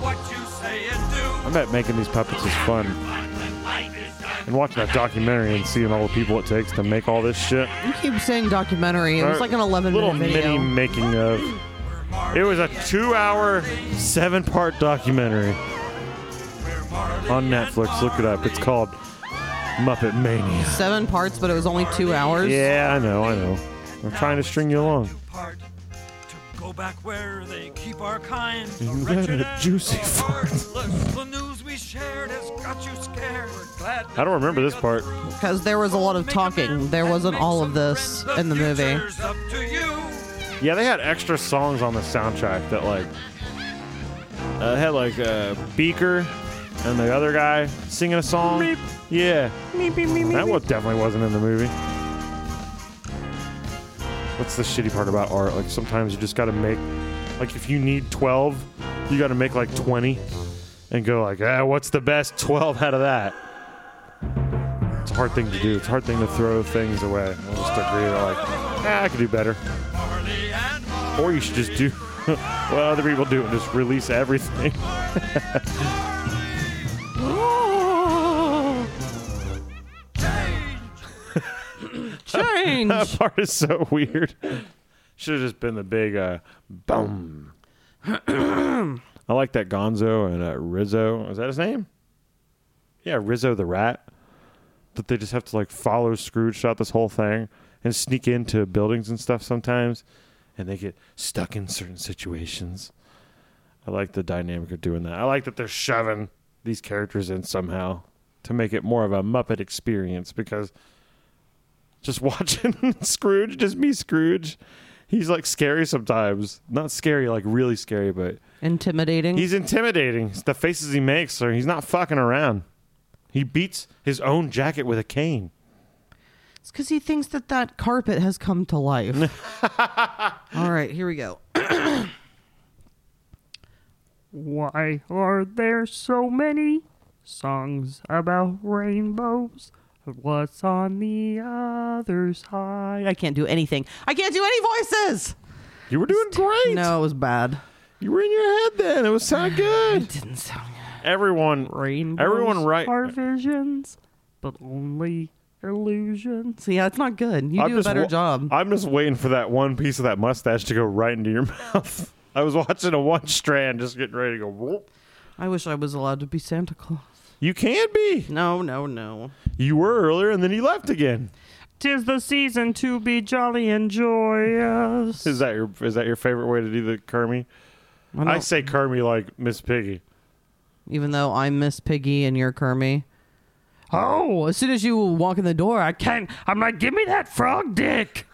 S1: bet making these puppets is fun. And watching that documentary and seeing all the people it takes to make all this shit.
S2: you keep saying documentary. It was like an 11
S1: Uh, little
S2: minute video.
S1: mini making of. It was a two-hour, seven-part documentary on Netflix. Look it up. It's called Muppet Mania.
S2: Seven parts, but it was only two hours.
S1: Yeah, I know, I know. I'm trying to string you along.
S7: Go back where they keep our kind.
S1: You had a juicy fart.
S7: The news we shared has got you scared. We're glad
S1: I don't remember this part.
S2: Because there was a lot of talking. There wasn't all of this in the movie.
S7: future's up to you.
S1: Yeah, they had extra songs on the soundtrack that like
S3: Uh, it had like uh,
S1: Beaker and the other guy singing a song. Yeah. That was definitely wasn't in the movie. What's the shitty part about art? Like sometimes you just gotta make like if you need twelve, you gotta make like twenty and go like, ah, what's the best twelve out of that? It's a hard thing to do. It's a hard thing to throw things away. I'll just agree to like, ah, I could do better. Or you should just do what other people do and just release everything. That
S2: Change!
S1: part is so weird. Should have just been the big uh, boom. I like that Gonzo and uh, Rizzo. Is that his name? Yeah, Rizzo the rat. That they just have to like follow Scrooge throughout this whole thing and sneak into buildings and stuff sometimes, and they get stuck in certain situations. I like the dynamic of doing that. I like that they're shoving these characters in somehow to make it more of a Muppet experience because just watching Scrooge, just me Scrooge. He's like scary sometimes. Not scary, like really scary, but
S2: Intimidating.
S1: he's intimidating. The faces he makes are he's not fucking around. He beats his own jacket with a cane.
S2: It's because he thinks that that carpet has come to life. All right, here we go.
S6: Why are there so many songs about rainbows? What's on the other side?
S2: I can't do anything. I can't do any voices.
S1: You were doing great.
S2: No, it was bad.
S1: You were in your head then. It was so good.
S2: Didn't sound
S1: Everyone
S6: Rainbows
S1: Everyone right-
S6: are visions, but only illusions.
S2: So yeah, it's not good. You do a
S1: just
S2: better
S1: wa-
S2: job.
S1: I'm just waiting for that one piece of that mustache to go right into your mouth. I was watching a one strand just getting ready to go. whoop.
S2: I wish I was allowed to be Santa Claus.
S1: You can be.
S2: No, no, no.
S1: You were earlier and then you left again.
S6: Tis the season to be jolly and joyous.
S1: Is that your is that your favorite way to do the Kermie?
S2: I
S1: I
S2: don't-
S1: say Kermie like Miss Piggy.
S2: Even though I'm Miss Piggy and you're Kermie. Oh, as soon as you walk in the door, I can't.
S6: Ken, I'm like, give me that frog dick.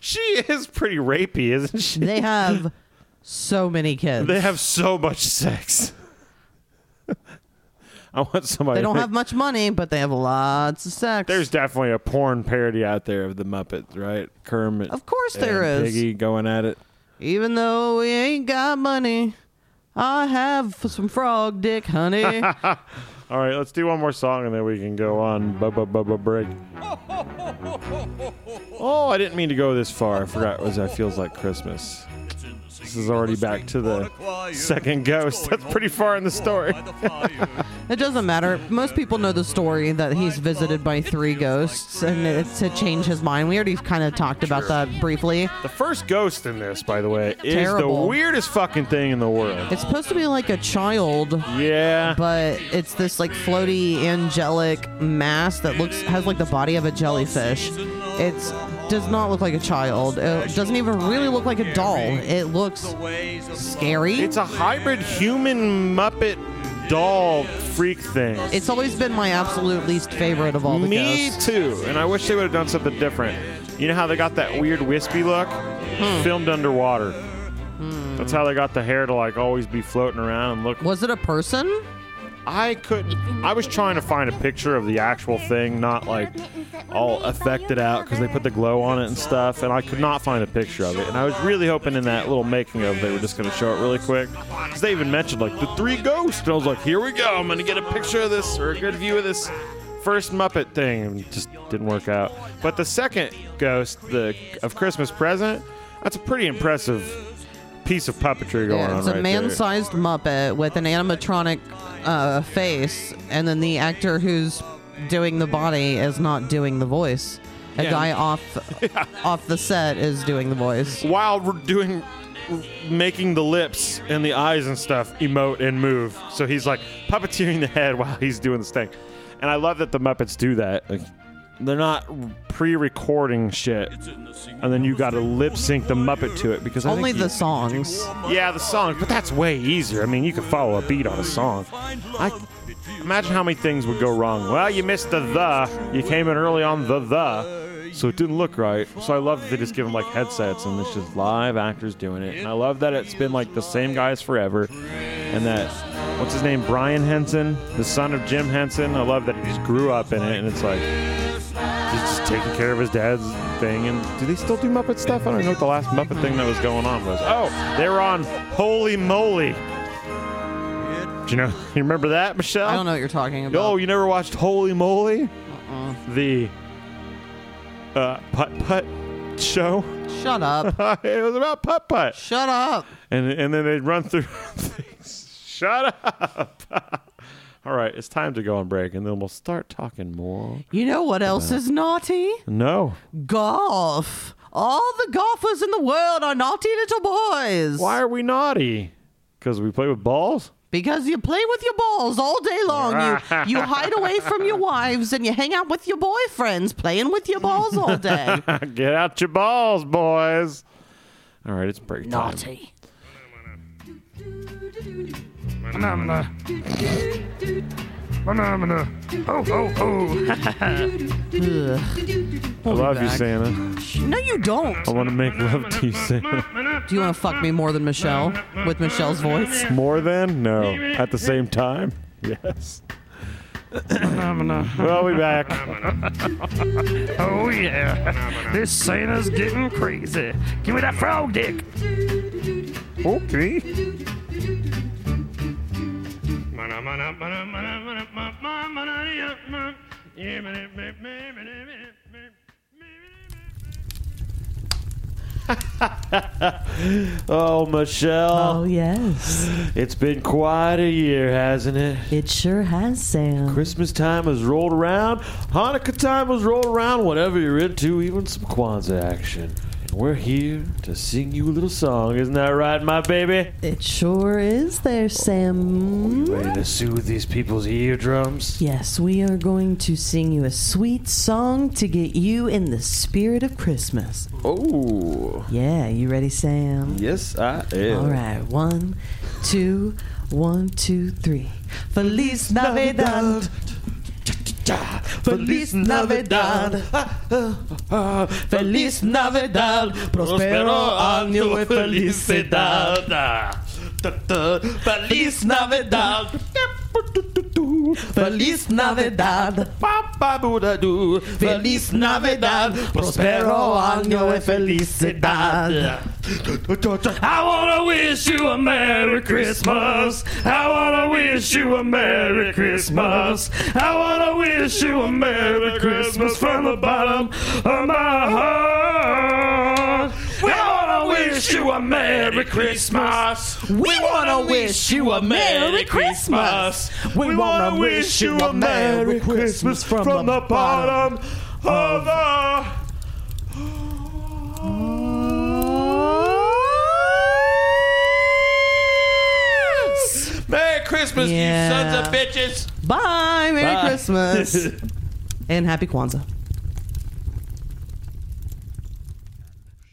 S1: She is pretty rapey, isn't she?
S2: They have so many kids.
S3: They have so much sex. I want somebody.
S2: They don't
S3: to
S2: have much money, but they have lots of sex.
S3: There's definitely a porn parody out there of the Muppets, right? Kermit.
S2: Of course there
S3: and
S2: is.
S3: Piggy going at it.
S2: Even though we ain't got money, I have some frog dick, honey.
S1: All right, let's do one more song and then we can go on bubba bubba break.
S3: Oh, I didn't mean to go this far. I forgot. It was that feels like Christmas?
S7: This
S3: is already back to the Second ghost. That's pretty far in the story.
S2: it doesn't matter. Most people know the story that he's visited by three ghosts and it's to change his mind. We already kind of talked about that briefly.
S1: The first ghost in this, by the way, is
S2: Terrible.
S1: the weirdest fucking thing in the world.
S2: It's supposed to be like a child,
S1: Yeah.
S2: but it's this like floaty angelic mass that looks has like the body of a jellyfish. It's does not look like a child. It doesn't even really look like a doll. It looks scary.
S1: It's a hybrid human Muppet doll freak thing.
S2: It's always been my absolute least favorite of all the
S1: Me
S2: ghosts.
S1: too. And I wish they would have done something different. You know how they got that weird wispy look?
S2: Hmm.
S1: Filmed underwater. That's how they got the hair to like always be floating around and look.
S2: Was it a person?
S1: I couldn't. I was trying to find a picture of the actual thing, not like all affected out because they put the glow on it and stuff. And I could not find a picture of it. And I was really hoping in that little making of they were just going to show it really quick. 'Cause they even mentioned like the three ghosts. And I was like, here we go. I'm going to get a picture of this or a good view of this first Muppet thing. And it just didn't work out. But the second ghost, the of Christmas present, that's a pretty impressive piece of puppetry going
S2: Yeah,
S1: on
S2: it's
S1: right there.
S2: a man-sized Muppet with an animatronic uh, face, and then the actor who's doing the body is not doing the voice. A guy off off the set is doing the voice.
S1: while we're doing making the lips and the eyes and stuff emote and move so he's like puppeteering the head while he's doing this thing and i love that the muppets do that like, they're not pre-recording shit and then you gotta lip sync the muppet to it because I
S2: Only
S1: think
S2: the songs.
S1: you, yeah the song but that's way easier i mean you can follow a beat on a song i imagine how many things would go wrong well you missed the the you came in early on the the so it didn't look right. So I love that they just give them like headsets and it's just live actors doing it. And I love that it's been like the same guys forever. And that, what's his name? Brian Henson, the son of Jim Henson. I love that he just grew up in it and it's like, he's just taking care of his dad's thing. And do they still do Muppet stuff? I don't know what the last Muppet thing that was going on was. Oh, they were on Holy Moly. Do you know, you remember that, Michelle?
S2: I don't know what you're talking about.
S1: No, you never watched Holy Moly? The uh, putt putt show.
S2: Shut up!
S1: it was about putt putt,
S2: Shut up!
S1: and and then they'd run through things. Shut up. All right, it's time to go on break, and then we'll start talking more.
S2: You know what else is naughty?
S1: No,
S2: Golf. All the golfers in the world are naughty little boys.
S1: why are we naughty? Because we play with balls.
S2: Because you play with your balls all day long. You you hide away from your wives and you hang out with your boyfriends playing with your balls all day.
S1: Get out your balls, boys. All right, it's break time.
S2: Naughty.
S6: Phenomena. Phenomena. Ho, ho, ho.
S1: I love you, Santa.
S2: No, you don't.
S3: Oh.
S1: I want to make love to you, Santa.
S2: Do you want to fuck me more than Michelle with Michelle's voice?
S1: More than? No. At the same time? Yes.
S6: Phenomena.
S1: We'll be back.
S6: Oh, yeah. This Santa's getting crazy. Give me that frog dick.
S1: Okay. Oh, Michelle.
S2: yes.
S6: Oh.
S1: It's been quite a year, hasn't it?
S2: It sure has, Sam.
S1: Christmas time has rolled around, Hanukkah time has rolled around, whatever you're into, even some Kwanzaa action. And we're here to sing you a little song. Isn't that right, my baby?
S2: It sure is there, Sam.
S1: Ready to soothe these people's eardrums?
S2: Yes, we are going to sing you a sweet song to get you in the spirit of Christmas.
S3: Oh,
S2: Yeah, you ready, Sam?
S3: yes, I am.
S2: All right, one, two, one, two, three. Feliz Navidad. Ja, Feliz Navidad. Ah, ah, ah. Feliz Navidad. Prospero año y felicidad. Feliz Navidad. Feliz Navidad. Feliz Navidad. Prospero año y felicidad.
S6: I wanna wish you a Merry Christmas. I wanna wish you a Merry Christmas. I wanna wish you a Merry Christmas from the bottom of my heart. We wanna wish you a Merry Christmas.
S2: We wanna wish you a Merry Christmas.
S6: We wanna wish you a Merry Christmas from the bottom of our
S3: Merry Christmas,
S2: Yeah.
S3: you sons of bitches.
S2: Bye. Merry Christmas. and happy Kwanzaa.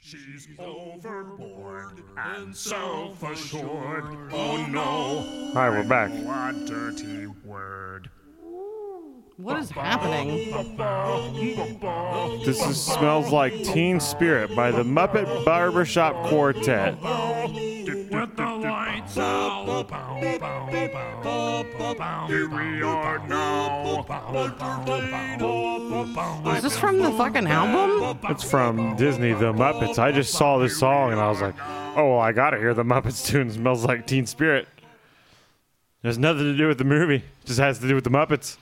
S6: She's overboard and self assured. Oh no,
S1: All right, we're back.
S6: a dirty word.
S2: What is happening?
S1: This is, smells like Teen Spirit by the Muppet Barbershop Quartet.
S6: With the lights out. Here we are now.
S2: Is this from the fucking album?
S1: It's from Disney, The Muppets. I just saw this song and I was like, oh, well, I gotta hear the Muppets tune. It smells like Teen Spirit. It has nothing to do with the movie, it just has to do with the Muppets.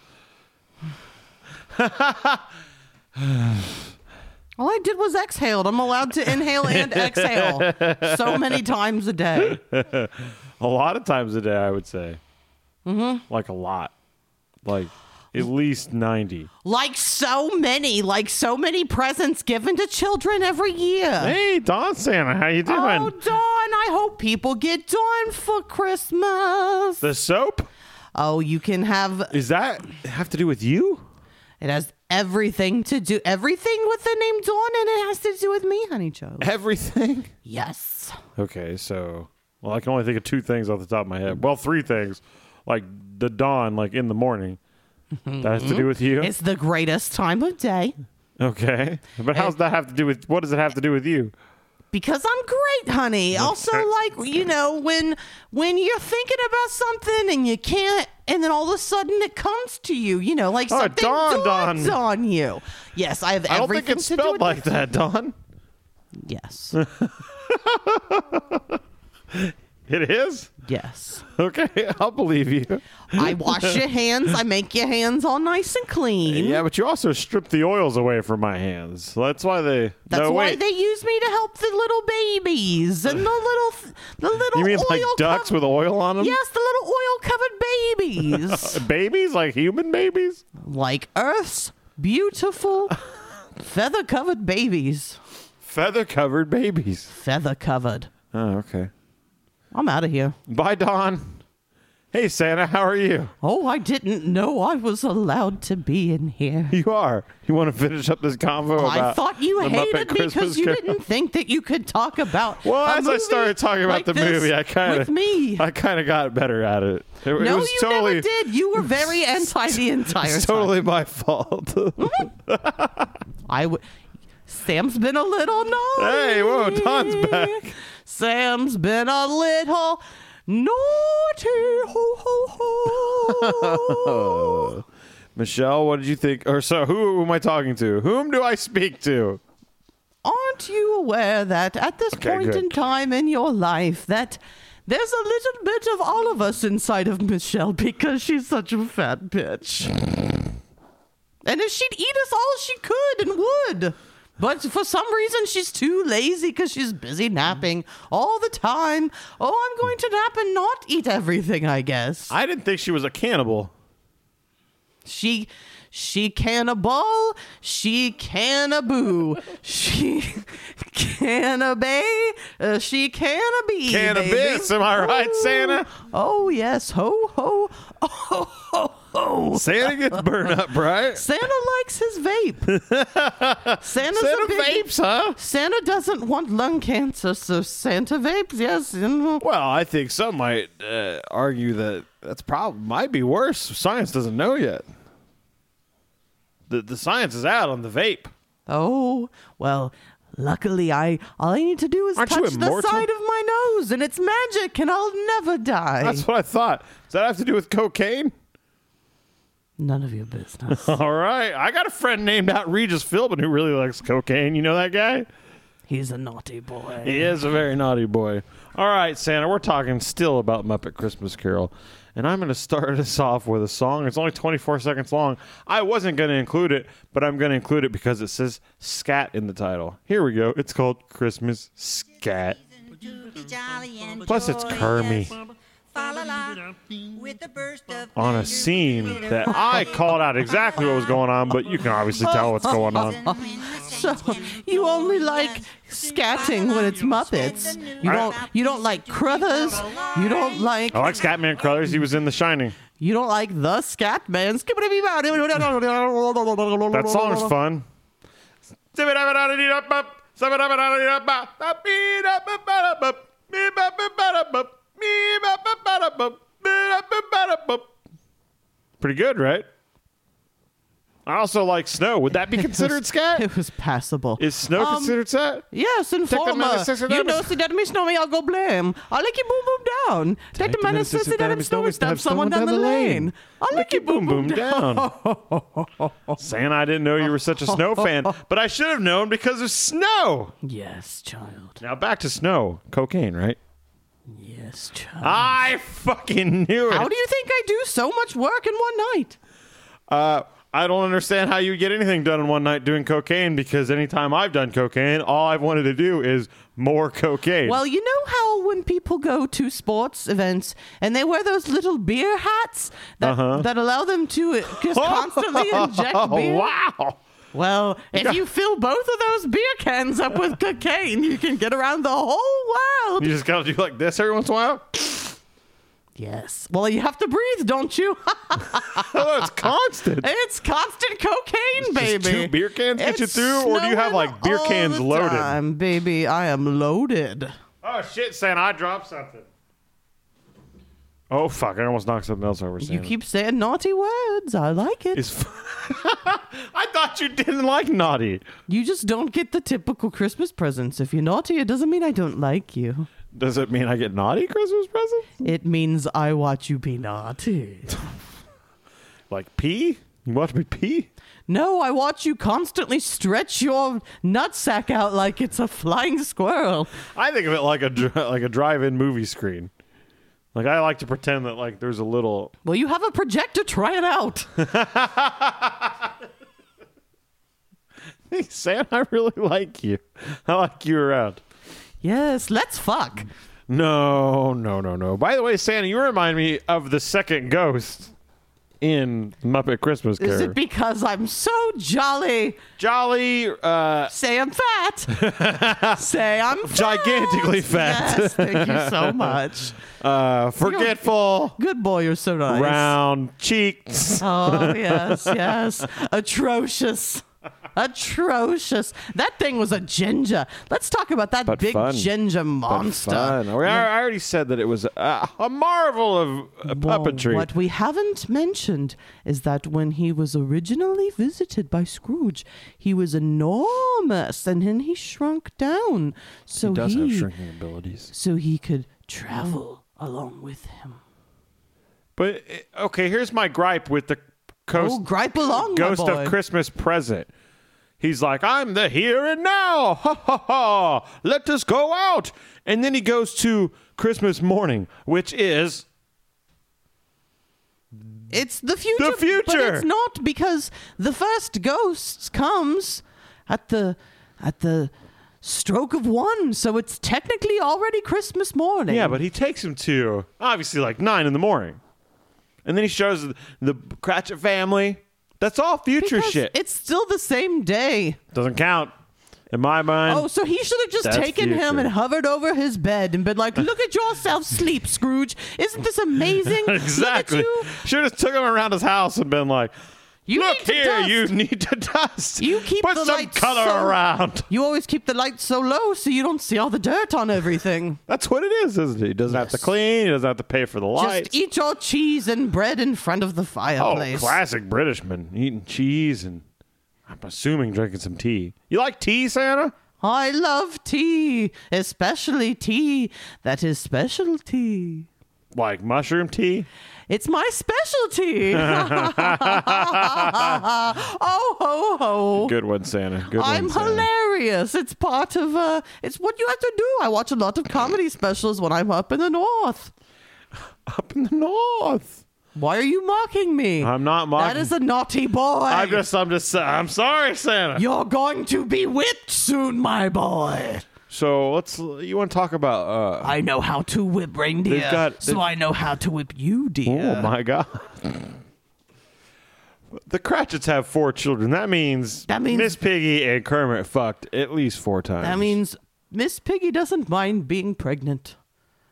S2: All I did was exhaled. I'm allowed to inhale and exhale so many times a day.
S1: A lot of times a day, I would say. Mm-hmm. Like a lot. Like at least 90.
S2: Like so many, like so many presents given to children every year.
S1: Hey, Don Santa, how you doing?
S2: Oh, Dawn, I hope people get Dawn for Christmas.
S1: the soap?
S2: Oh, you can have
S1: Is that have to do with you?
S2: it has everything to do everything with the name Dawn and it has to do with me, honey child.
S1: Everything?
S2: Yes.
S1: Okay, so well, I can only think of two things off the top of my head. Well, three things, like the dawn, like in the morning. That has to do with you.
S2: It's the greatest time of day
S1: okay, but how's that have to do with? What does it have to do with you?
S2: because I'm great, honey. Also like, you know, when when you're thinking about something and you can't and then all of a sudden it comes to you, you know, like
S1: Oh, it
S2: something
S1: dawned
S2: dawns
S1: on-
S2: on you. Yes, I have
S1: I
S2: everything
S1: don't think it's
S2: to do
S1: spelled
S2: with
S1: like that, Don.
S2: Yes.
S1: It is.
S2: yes.
S1: Okay, I'll believe you.
S2: I wash your hands. I make your hands all nice and clean.
S1: Yeah, but you also stripped the oils away from my hands. That's why they.
S2: That's
S1: no,
S2: why
S1: wait.
S2: they use me to help the little babies and the little th- the little
S1: You mean
S2: oil
S1: like ducks
S2: cov-
S1: with oil on them?
S2: Yes, the little oil covered babies.
S1: Babies, like human babies.
S2: like Earth's beautiful feather covered babies.
S1: Feather covered babies.
S2: Feather covered.
S1: Oh, okay.
S2: I'm out of here.
S1: Bye, Don. Hey, Santa, how are you?
S2: Oh, I didn't know I was allowed to be in here.
S1: You are. You want to finish up this convo
S2: I
S1: about
S2: thought you
S1: the Muppet
S2: hated
S1: Christmas
S2: because you
S1: Carol?
S2: didn't think that you could talk about.
S1: Well,
S2: a
S1: as I
S2: movie
S1: started talking about
S2: like
S1: the
S2: this
S1: movie, I kind
S2: with
S1: of
S2: me.
S1: I kind of got better at it. It, it
S2: no,
S1: was
S2: you
S1: totally
S2: never did. You were very anti the entire
S1: it's
S2: time.
S1: totally my fault.
S2: I would. Sam's been a little naughty.
S1: hey, whoa, Don's back.
S2: Sam's been a little naughty. Ho ho ho.
S1: Michelle, what did you think? Or so, who am I talking to? Whom do I speak to?
S2: Aren't you aware that at this
S1: Okay,
S2: point
S1: good.
S2: in time in your life that there's a little bit of all of us inside of Michelle because she's such a fat bitch. and if she'd eat us all she could and would. But for some reason she's too lazy because she's busy napping all the time. Oh, I'm going to nap and not eat everything, I guess.
S1: I didn't think she was a cannibal.
S2: She she cannibal, she cannaboo, she cannabay, uh, she cannabee.
S1: Cannabis,
S2: baby.
S1: am I right,
S2: Ooh.
S1: Santa?
S2: Oh yes, ho ho, ho ho ho.
S1: Santa gets burned up, right?
S2: Santa likes his vape. Santa's
S1: Santa
S2: a big,
S1: vapes, huh?
S2: Santa doesn't want lung cancer, so Santa vapes. Yes, mm,
S1: Well, I think some might uh, argue that that's probably might be worse. Science doesn't know yet. the, the science is out on the vape.
S2: Oh, well, luckily I all I need to do is
S1: Aren't you
S2: touch the
S1: immortal?
S2: side of my nose and it's magic and I'll never die.
S1: That's what I thought. Does that have to do with cocaine?
S2: None of your business.
S1: All right. I got a friend named Outrageous Philbin who really likes cocaine. You know that guy?
S2: He's a naughty boy.
S1: He is a very naughty boy. All right, Santa, we're talking still about Muppet Christmas Carol. And I'm going to start us off with a song. It's only 24 seconds long. I wasn't going to include it, but I'm going to include it because it says scat in the title. Here we go. It's called Christmas Scat. Plus, it's Kermit on a scene that I called out exactly what was going on, but you can obviously tell what's going on.
S2: So you only like scatting when it's Muppets. You don't you don't like critters. You don't like
S1: I like Scatman Crothers. He was in The Shining.
S2: you don't like the scat man. That
S1: That song's fun. Pretty good, right? I also like snow. Would that be considered scat?
S2: It was passable.
S1: Is snow
S2: Um,
S1: considered scat?
S2: Yes,
S1: the man
S2: informer.
S1: that says it,
S2: You
S1: that
S2: know,
S1: is-
S2: see that me snow me, I'll go blame. I like you boom boom down. Take the man that says it, that him snow me, stab someone down the lane. I like you boom boom down.
S1: Santa, I didn't know you were such a snow fan, but I should have known because of snow.
S2: Yes, child.
S1: Now back to snow. Cocaine, right?
S2: Yes, child.
S1: I fucking knew it.
S2: How do you think I do so much work in one night?
S1: Uh, I don't understand how you get anything done in one night doing cocaine because anytime I've done cocaine, all I've wanted to do is more cocaine.
S2: Well, you know how when people go to sports events and they wear those little beer hats that,
S1: Uh-huh.
S2: that allow them to uh, just constantly inject beer?
S1: Oh, wow.
S2: Well, if you fill both of those beer cans up with cocaine, you can get around the whole world.
S1: You just gotta do like this every once in a while.
S2: Yes. Well, you have to breathe, don't you?
S1: Oh, it's constant.
S2: it's constant cocaine, baby.
S1: Does two beer cans get you
S2: It's
S1: through, or do you have
S2: snowing
S1: like beer
S2: all
S1: cans
S2: the
S1: loaded?
S2: Time, baby, I am loaded.
S1: Oh shit, Santa! I dropped something. Oh fuck! I almost knocked something else over. Santa.
S2: You keep saying naughty words. I like it.
S1: Is- I thought you didn't like naughty.
S2: You just don't get the typical Christmas presents. If you're naughty, it doesn't mean I don't like you.
S1: Does it mean I get naughty Christmas presents?
S2: It means I watch you be naughty.
S1: Like pee? You watch me pee?
S2: No, I watch you constantly stretch your nutsack out like it's a flying squirrel.
S1: I think of it like a dr- like a drive-in movie screen. Like I like to pretend that like there's a little.
S2: Well, you have a projector. Try it out.
S1: Hey, Sam, I really like you. I like you around.
S2: yes, let's fuck.
S1: No, no, no, no. By the way, Santa, you remind me of the second ghost in Muppet Christmas Carol.
S2: Is it because I'm so jolly?
S1: Jolly, uh,
S2: Say I'm fat. Say I'm fat.
S1: Gigantically fat.
S2: Yes, thank you so much.
S1: uh, forgetful,
S2: Good boy, you're so nice.
S1: round cheeks.
S2: Oh, yes, yes. Atrocious. Atrocious. That thing was a ginger. Let's talk about that big
S1: fun.
S2: ginger monster.
S1: Fun. I, I already said that it was a, a marvel of uh,
S2: Well,
S1: puppetry.
S2: What we haven't mentioned is that when he was originally visited by Scrooge, he was enormous and then he shrunk down. So he,
S1: abilities.
S2: so he could travel along with him.
S1: But uh, okay, here's my gripe with the coast.
S2: Oh, gripe along, my
S1: Ghost
S2: boy.
S1: of Christmas Present. He's like, I'm the here and now. Ha ha ha. Let us go out. And then he goes to Christmas morning, which is
S2: It's the future.
S1: The
S2: But
S1: future!
S2: it's not because the first ghost comes at the at the stroke of one, so it's technically already Christmas morning.
S1: yeah, but he takes him to obviously like nine in the morning, and then he shows the, the Cratchit family. That's all future
S2: Because
S1: shit.
S2: It's still the same day.
S1: Doesn't count in my mind.
S2: Oh, so he should have just
S1: That's
S2: taken him
S1: future.
S2: and hovered over his bed and been like, "Look at yourself sleep, Scrooge. Isn't this amazing? Look at
S1: exactly.
S2: you.
S1: Should have took him around his house and been like,
S2: You
S1: "Look
S2: need to
S1: here,
S2: dust.
S1: you need to dust.
S2: You keep
S1: put
S2: the
S1: some
S2: lights
S1: color
S2: so-
S1: around."
S2: You always keep the lights so low so you don't see all the dirt on everything."
S1: That's what it is, isn't it? He doesn't have to clean. He doesn't have to pay for the lights.
S2: Just eat your cheese and bread in front of the
S1: oh,
S2: fireplace.
S1: classic Britishman eating cheese and I'm assuming drinking some tea. You like tea, Santa?
S2: I love tea, especially tea that is specialty.
S1: Like mushroom tea?
S2: It's my specialty. oh ho ho.
S1: Good one, Santa. Good
S2: I'm
S1: one. Santa.
S2: hilarious. It's part of uh it's what you have to do. I watch a lot of comedy specials when I'm up in the north.
S1: Up in the north.
S2: Why are you mocking me?
S1: I'm not mocking.
S2: That is a naughty boy.
S1: I'm just. I'm just. I'm sorry, Santa.
S2: You're going to be whipped soon, my boy.
S1: So let's. You want to talk about? uh
S2: I know how to whip reindeer,
S1: They've got-
S2: so
S1: they've-
S2: I know how to whip you, dear.
S1: Oh my god. The Cratchits have four children. That means,
S2: That means-
S1: Miss Piggy and Kermit fucked at least four times.
S2: That means Miss Piggy doesn't mind being pregnant.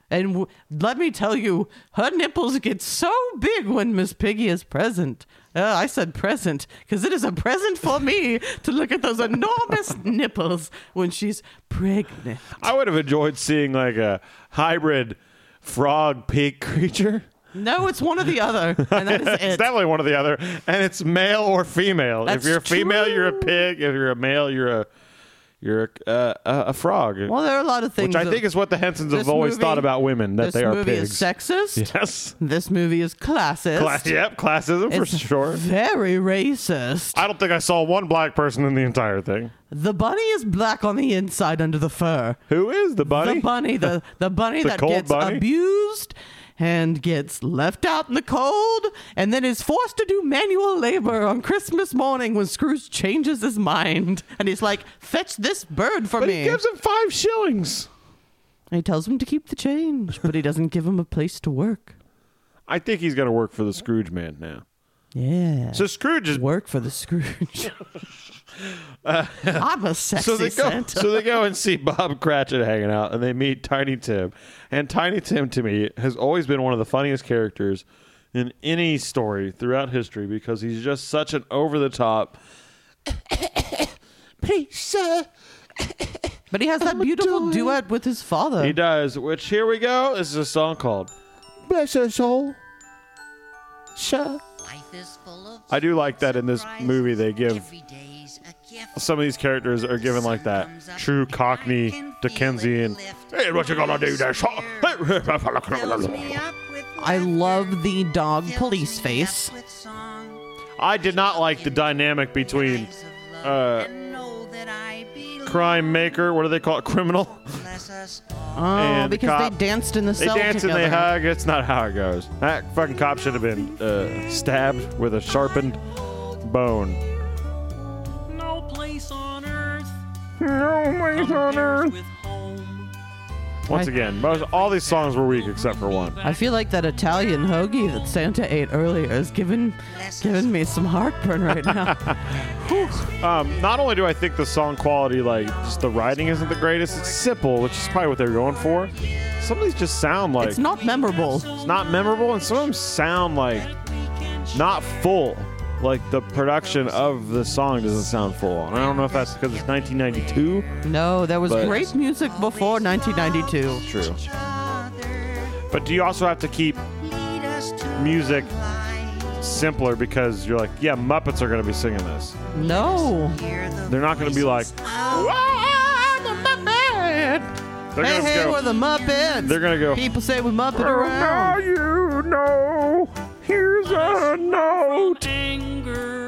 S2: And w- let me tell you, her nipples get so big when Miss Piggy is present. Uh, I said present because it is a present for me to look at those enormous nipples when she's pregnant.
S1: I would have enjoyed seeing like a hybrid frog pig creature.
S2: No, it's one or the other, and that is
S1: it's
S2: it.
S1: definitely one or the other, and it's male or female.
S2: That's
S1: if you're a female,
S2: true.
S1: you're a pig. If you're a male, you're a you're a, uh, a a frog.
S2: well, there are a lot of things.
S1: which I
S2: that-
S1: think is what the Hensons
S2: this
S1: have always
S2: movie-
S1: thought about women that
S2: this
S1: they are
S2: movie
S1: pigs.
S2: is sexist.
S1: yes.
S2: This movie is classist.
S1: Cla- yep, classism for
S2: It's
S1: sure.
S2: Very racist.
S8: I don't think I saw one black person in the entire thing.
S2: The bunny is black on the inside under the fur.
S1: Who is the bunny?
S2: The bunny, the, the bunny
S1: The
S2: that
S1: cold
S2: gets
S1: bunny?
S2: abused and gets left out in the cold and then is forced to do manual labor on Christmas morning when Scrooge changes his mind and he's like, fetch this bird for
S1: but
S2: me.
S1: he gives him five shillings.
S2: And he tells him to keep the change, but he doesn't give him a place to work.
S1: I think he's going to work for the Scrooge man now.
S2: Yeah.
S1: So Scrooge is.
S2: work for the Scrooge. I'm a sexy
S1: So they, go,
S2: Santa.
S1: so they go and see Bob Cratchit hanging out, and they meet Tiny Tim. And Tiny Tim, to me, has always been one of the funniest characters in any story throughout history because he's just such an over the top. Please, sir,
S2: but he has that beautiful duet with his father.
S1: He does, which here we go. This is a song called Bless Her Soul. Sure.
S9: Life is full of
S1: I do like that in this movie they give
S9: every day's a gift.
S1: some of these characters are given like that.
S8: True Cockney Dickensian. Hey, what you gonna do there? Shaw?
S2: I love the dog police face.
S1: I did not like the dynamic between uh, crime maker, what do they call it, criminal,
S2: Oh,
S1: and the
S2: because
S1: cop.
S2: they danced in the
S1: They
S2: cell
S1: dance
S2: together.
S1: and they hug. It's not how it goes. That fucking cop should have been uh, stabbed with a sharpened bone.
S7: No place on earth with home.
S1: Once again, most, all these songs were weak except for one.
S2: I feel like that Italian hoagie that Santa ate earlier is giving giving me some heartburn right now.
S1: Um, not only do I think the song quality, like just the writing, isn't the greatest. It's simple, which is probably what they're going for. Some of these just sound like
S2: it's not memorable.
S1: it's not memorable, and some of them sound like not full. Like the production of the song doesn't sound full, and I don't know if that's because it's 1992.
S2: No, there was
S1: But-
S2: great music before 1992.
S1: True. But do you also have to keep music simpler because you're like, yeah, Muppets are going to be singing this.
S2: No.
S1: They're not going to be like, they're
S2: Hey,
S1: going to
S2: hey,
S1: go.
S2: we're the Muppets.
S1: they're gonna go. Oh,
S2: People say we Muppet around.
S1: you know, here's a note.
S7: Anger.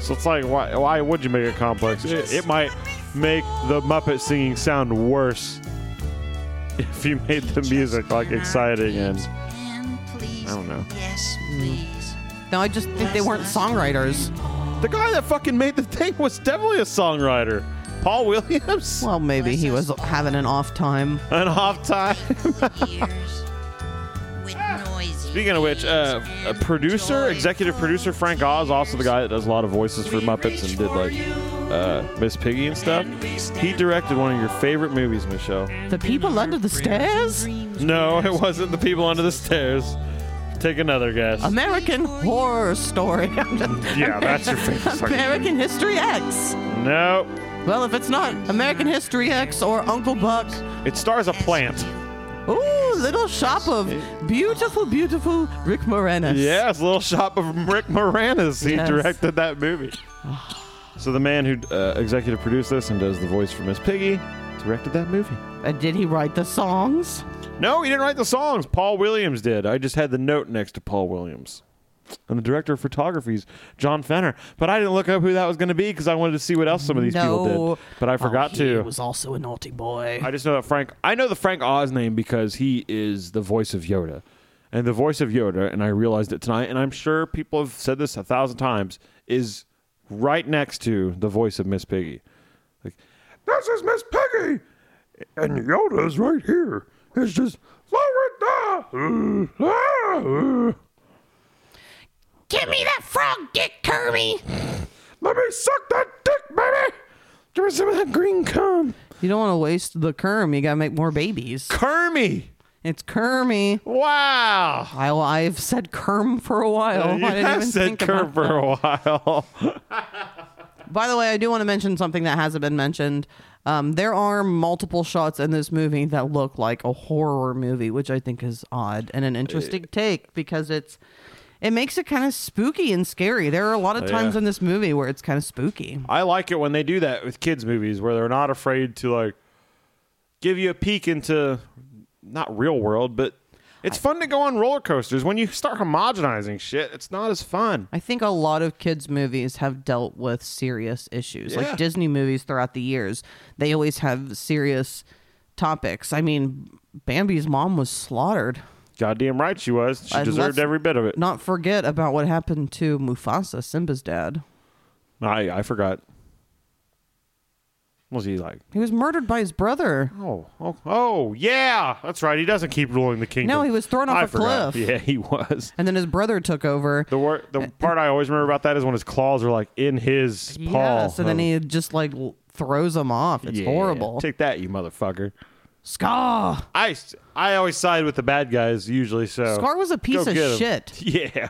S1: So it's like, why, why would you make it complex? It, it might make the Muppet singing sound worse if you made the music like exciting and I don't know.
S9: Yes, please.
S2: No, I just think they weren't songwriters.
S1: The guy that fucking made the thing was definitely a songwriter. Paul Williams?
S2: Well, maybe he was having an off time.
S1: An off time.
S9: Ears with noisy
S1: Speaking of which, uh, a producer, executive producer Frank Oz, also the guy that does a lot of voices for Muppets and did like uh, Miss Piggy and stuff. He directed one of your favorite movies, Michelle.
S2: The people under the stairs?
S1: No, it wasn't The People Under the Stairs. Take another guess.
S2: American Horror Story.
S1: yeah, that's your favorite. fucking-
S2: American History X.
S1: Nope.
S2: Well, if it's not American History X or Uncle Buck,
S1: It stars a plant.
S2: ooh, Little Shop of Beautiful, Beautiful Rick Moranis.
S1: Yes, Little Shop of Rick Moranis. He
S2: Yes.
S1: directed that movie. So the man who uh, executive produced this and does the voice for Miss Piggy directed that movie.
S2: And did he write the songs?
S1: No, he didn't write the songs. Paul Williams did. I just had the note next to Paul Williams. And the director of photography is John Fenner. But I didn't look up who that was going to be because I wanted to see what else some of these people
S2: No.
S1: did. But I forgot
S2: oh,
S1: to.
S2: He was also a naughty boy.
S1: I just know that Frank. I know the Frank Oz name because he is the voice of Yoda, and the voice of Yoda. And I realized it tonight, and I'm sure people have said this a thousand times. Is right next to the voice of Miss Piggy. Like, this is Miss Piggy, and Yoda's right here. It's just lower it down. Uh, ah, uh.
S10: Give me that frog, Dick Kirby!
S1: Let me suck that dick, baby. Give me some of that green cum.
S2: you don't want to waste the Kerm. You got to make more babies.
S1: Kermy.
S2: It's Kermy.
S1: Wow.
S2: I, I've said Kerm for a while. Oh, I
S1: Uh, you
S2: didn't
S1: have
S2: even
S1: said
S2: think
S1: Kerm
S2: about
S1: for
S2: that.
S1: a while.
S2: By the way, I do want to mention something that hasn't been mentioned. Um, there are multiple shots in this movie that look like a horror movie, which I think is odd and an
S1: Eh.
S2: interesting take because it's it makes it kind of spooky and scary. There are a lot of times
S1: yeah.
S2: in this movie where it's kind of spooky.
S1: I like it when they do that with kids movies where they're not afraid to like give you a peek into not real world, but it's fun to go on roller coasters. When you start homogenizing shit, it's not as fun.
S2: I think a lot of kids' movies have dealt with serious issues.
S1: Yeah.
S2: Like Disney movies throughout the years, they always have serious topics. I mean, Bambi's mom was slaughtered.
S1: Goddamn right she was. She
S2: And
S1: deserved
S2: let's
S1: every bit of it.
S2: Not forget about what happened to Mufasa, Simba's dad.
S1: I I forgot. What Was he like?
S2: He was murdered by his brother.
S1: Oh, oh, oh, yeah. That's right. He doesn't keep ruling the kingdom.
S2: No, he was thrown off
S1: I
S2: a
S1: forgot.
S2: cliff.
S1: Yeah, he was.
S2: And then his brother took over.
S1: The wor-
S2: Uh,
S1: the part I always remember about that is when his claws are like in his paw.
S2: Yes, and then he just like l- throws him off. It's
S1: Yeah.
S2: horrible.
S1: Take that, you motherfucker.
S2: Scar.
S1: I, I always side with the bad guys usually. So
S2: Scar was a piece
S1: Oh. Go
S2: of
S1: get 'em.
S2: shit.
S1: Yeah,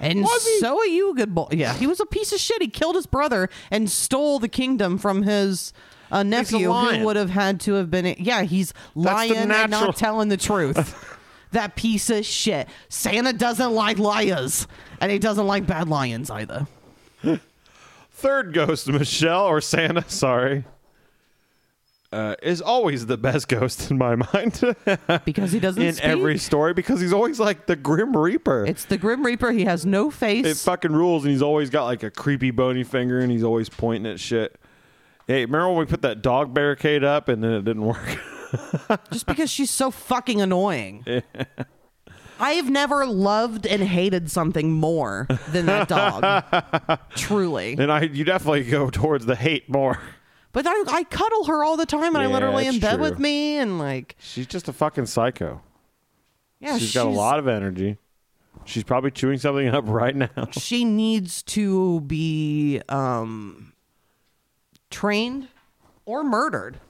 S2: And so are you, good boy. Yeah, he was a piece of shit. He killed his brother and stole the kingdom from his uh, nephew,
S1: lion.
S2: who would have had to have been. Yeah, he's
S1: That's the
S2: lying and
S1: natural-
S2: not telling the truth. that piece of shit. Santa doesn't like liars, and he doesn't like bad lions either.
S1: third ghost Michelle or Santa. Sorry, uh, is always the best ghost in my mind
S2: Because he doesn't
S1: in
S2: speak.
S1: every story because he's always like the Grim Reaper.
S2: It's the Grim Reaper. He has no face.
S1: it fucking rules, and he's always got like a creepy bony finger, and he's always pointing at shit. Hey, remember when we put that dog barricade up and then it didn't work?
S2: just because she's so fucking annoying. I have never loved and hated something more than that dog. Truly.
S1: and I, you definitely go towards the hate more.
S2: But I, I cuddle her all the time and I
S1: Yeah,
S2: let her lay
S1: that's
S2: in bed
S1: true.
S2: with me and like
S1: She's just a fucking psycho.
S2: yeah,
S1: she's got a lot of energy. She's probably chewing something up right now.
S2: she needs to be um trained or murdered.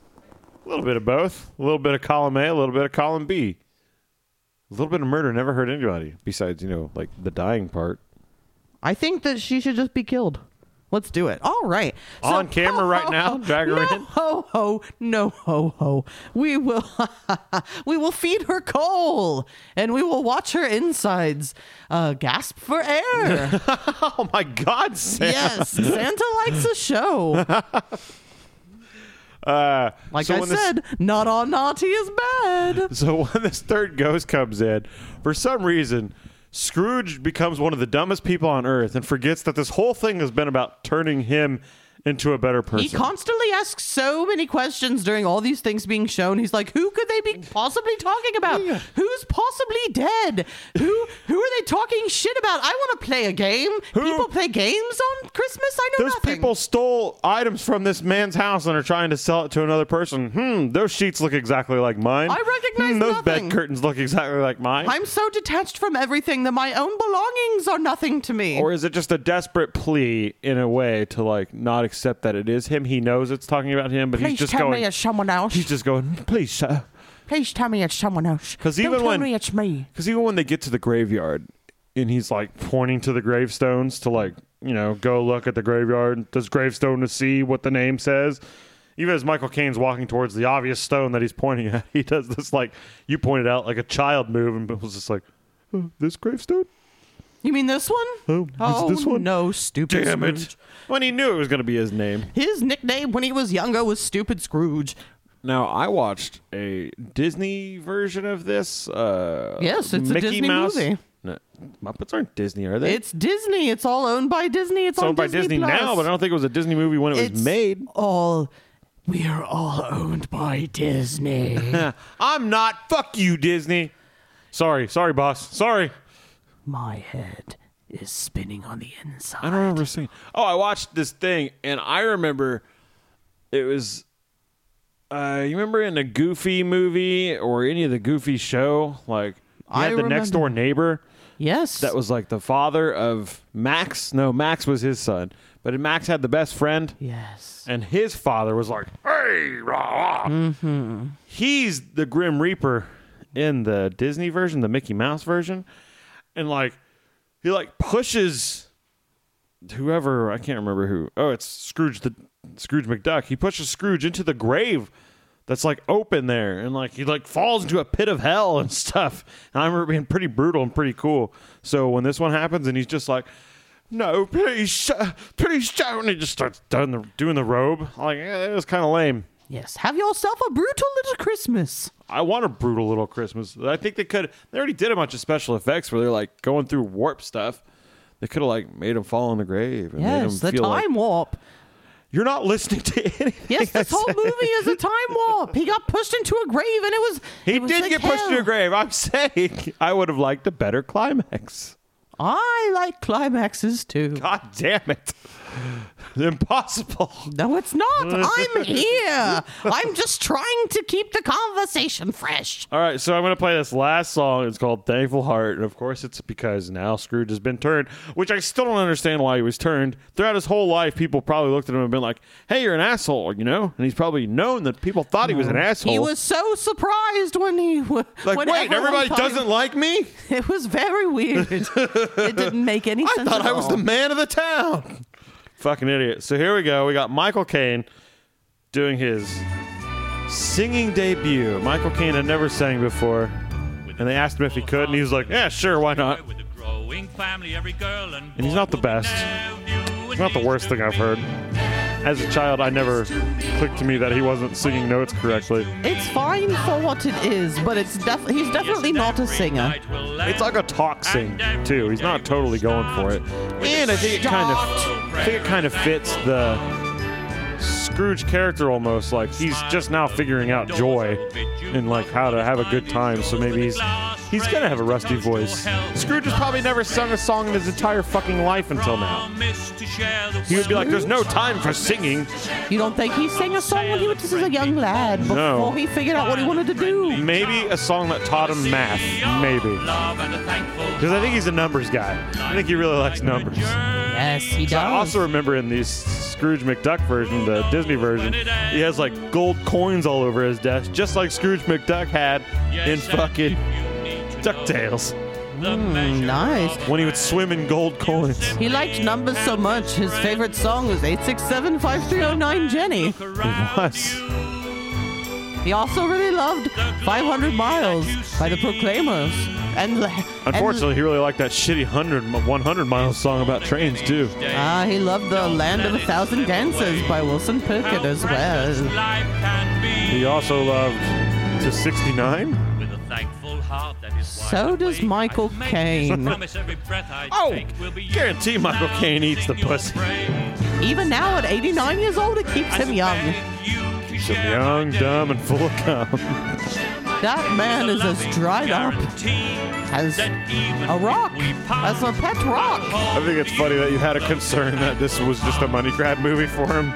S1: A little bit of both. A little bit of column A, a little bit of column B. A little bit of murder never hurt anybody besides, you know, like the dying part.
S2: I think that she should just be killed. Let's do it. All right.
S1: On camera right now, drag her
S2: no,
S1: in.
S2: Ho ho, no ho ho. We will we will feed her coal and we will watch her insides uh, gasp for air.
S1: Oh my God, Sam.
S2: yes, Santa likes a show. like
S1: Uh, so
S2: I
S1: when this-
S2: said, not all naughty is bad.
S1: So when this third ghost comes in, for some reason, Scrooge becomes one of the dumbest people on earth and forgets that this whole thing has been about turning him into a better person.
S2: He constantly asks so many questions during all these things being shown. He's like, "Who could they be possibly talking about? Who's possibly dead? Who who are they talking shit about? I want to play a game. People play games on Christmas. I know
S1: Those
S2: nothing.
S1: people stole items from this man's house and are trying to sell it to another person. Hmm, those sheets look exactly like mine.
S2: I recognize
S1: Hmm, those
S2: nothing.
S1: bed curtains look exactly like mine.
S2: I'm so detached from everything that my own belongings are nothing to me.
S1: or is it just a desperate plea in a way to like not accept that it is him? He knows it's talking about him, but
S2: Please
S1: he's just
S2: tell
S1: going.
S2: me it's someone else.
S1: he's just going. Please, sir.
S2: Please tell me it's someone else.
S1: 'Cause
S2: Don't
S1: even
S2: tell
S1: when-
S2: me it's me.
S1: Because even when they get to the graveyard, and he's like pointing to the gravestones to like you know go look at the graveyard, this gravestone to see what the name says. even as Michael Caine's walking towards the obvious stone that he's pointing at, he does this like you pointed out, like a child move, and was just like, "Oh, "This gravestone."
S2: You mean this one?
S1: Oh, is this one?
S2: no, stupid
S1: Damn
S2: Scrooge.
S1: it! When he knew it was going to be his name.
S2: His nickname when he was younger was Stupid Scrooge.
S3: Now I watched a Disney version of this. Uh,
S2: Yes, it's a
S3: Mickey
S2: Disney
S3: Mouse.
S2: movie.
S3: No, Muppets aren't Disney, are they?
S2: It's Disney. It's all owned by Disney. It's,
S3: It's
S2: on
S3: owned by Disney
S2: Plus.
S3: now, but I don't think it was a Disney movie when it
S2: It's
S3: was made.
S2: All we are all owned by Disney.
S1: I'm not. Fuck you, Disney. Sorry, sorry, boss. Sorry.
S2: My head is spinning on the inside.
S3: I don't remember seeing. Oh, I watched this thing, and I remember it was. Uh, you remember in a Goofy movie or any of the Goofy show, like you
S2: I
S3: had the next door neighbor
S2: Yes.
S3: that was like the father of Max. No, Max was his son, but Max had the best friend.
S2: yes.
S1: And his father was like, "Hey, rah, rah." he's the Grim Reaper in the Disney version, the Mickey Mouse version, and like
S3: He like pushes whoever I can't remember who. Oh, it's Scrooge the Scrooge McDuck. He pushes Scrooge into the grave that's like open there, and like he like falls into a pit of hell and stuff. And I remember it being pretty brutal and pretty cool. So when this one happens, and he's just like. No, please, sh- please don't. And he just starts doing the doing the robe. Like eh, it was kind of lame.
S2: Yes. Have yourself a brutal little Christmas.
S3: I want a brutal little Christmas. I think they could. They already did a bunch of special effects where they're like going through warp stuff. They could have like made him fall in the grave. And made him
S2: Yes, the
S3: feel
S2: time
S3: like-
S2: warp.
S3: You're not listening to anything.
S2: Yes,
S3: I
S2: this whole
S3: said.
S2: movie is a time warp. He got pushed into a grave, and it was
S3: He
S2: it was
S3: did
S2: like
S3: get pushed into
S2: hell.
S3: a grave. I'm saying I would have liked a better climax.
S2: I like climaxes too.
S3: God damn it! Impossible.
S2: No, it's not. I'm here. I'm just trying to keep the conversation fresh.
S1: All right, so I'm going to play this last song. It's called Thankful Heart. And of course, it's because now Scrooge has been turned, which I still don't understand why he was turned. Throughout his whole life, people probably looked at him and been like, hey, you're an asshole, you know? And he's probably known that people thought he was an asshole.
S2: He was so surprised when he w-
S3: Oh. Like,
S2: when
S3: wait,
S2: everyone
S3: everybody
S2: thought he-
S3: doesn't like me.
S2: It was very weird. it didn't make any
S3: I
S2: sense.
S3: thought
S2: at
S3: I was
S2: all.
S3: the man of the town.
S1: Fucking idiot. So here we go. We got Michael Caine doing his singing debut. Michael Caine had never sang before. And they asked him if he could, and he was like, yeah, sure, why not?
S11: With a growing family, every girl and
S1: And he's not the best. It's not the worst thing I've heard. As a child, I never clicked to me that he wasn't singing notes correctly.
S2: It's fine for what it is, but it's def- he's definitely not a singer.
S1: It's like a talk sing too. He's not totally going for it, and I think it kind of, I think it kind of fits the Scrooge character almost. Like he's just now figuring out joy and like how to have a good time. So maybe he's he's gonna have a rusty voice. Scrooge has probably never sung a song in his entire fucking life until now. He would be like, "There's no time for singing."
S2: You don't think he sang a song when he was just a young lad before
S1: No.
S2: he figured out what he wanted to do?
S1: Maybe a song that taught him math. Maybe because I think he's a numbers guy. I think he really likes numbers.
S2: Yes, he does.
S1: I also remember in the Scrooge McDuck version, the Disney version, he has like gold coins all over his desk, just like Scrooge McDuck had in fucking DuckTales
S2: Mm, nice.
S1: when he would swim in gold coins.
S2: He liked numbers so much. His favorite song was 8675309 Jenny.
S1: It was.
S2: He also really loved 500 Miles by the Proclaimers. And la- and-
S1: Unfortunately, he really liked that shitty 100, mi- 100 miles song about trains, too.
S2: Ah, he loved the Land of a Thousand Dances by Wilson Pickett as well.
S1: He also loved to 69.
S2: So does Michael Caine.
S1: Oh, guarantee Michael Caine eats the pussy.
S2: Even now at 89 years old, it keeps him young.
S1: He's young, dumb, and full of cum.
S2: That man is as dried up as a rock, as a pet rock.
S1: I think it's funny that you had a concern that this was just a money grab movie for him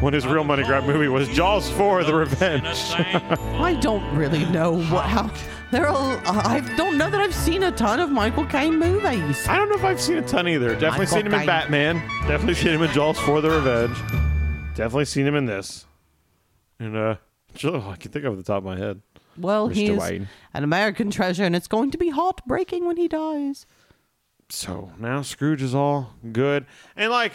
S1: when his real money grab movie was Jaws 4 The Revenge.
S2: I don't really know what how. There are, I don't know that I've seen a ton of Michael Caine movies.
S1: I don't know if I've seen a ton either. Definitely
S2: Michael
S1: seen him in
S2: Caine.
S1: Batman. Definitely seen him in Jaws 4 The Revenge. Definitely seen him in this. And, uh, it's really all I can think of at the top of my head.
S2: Well,
S1: Mr.
S2: he is
S1: Wayne.
S2: an American treasure, and it's going to be heartbreaking when he dies.
S1: So now Scrooge is all good. And, like,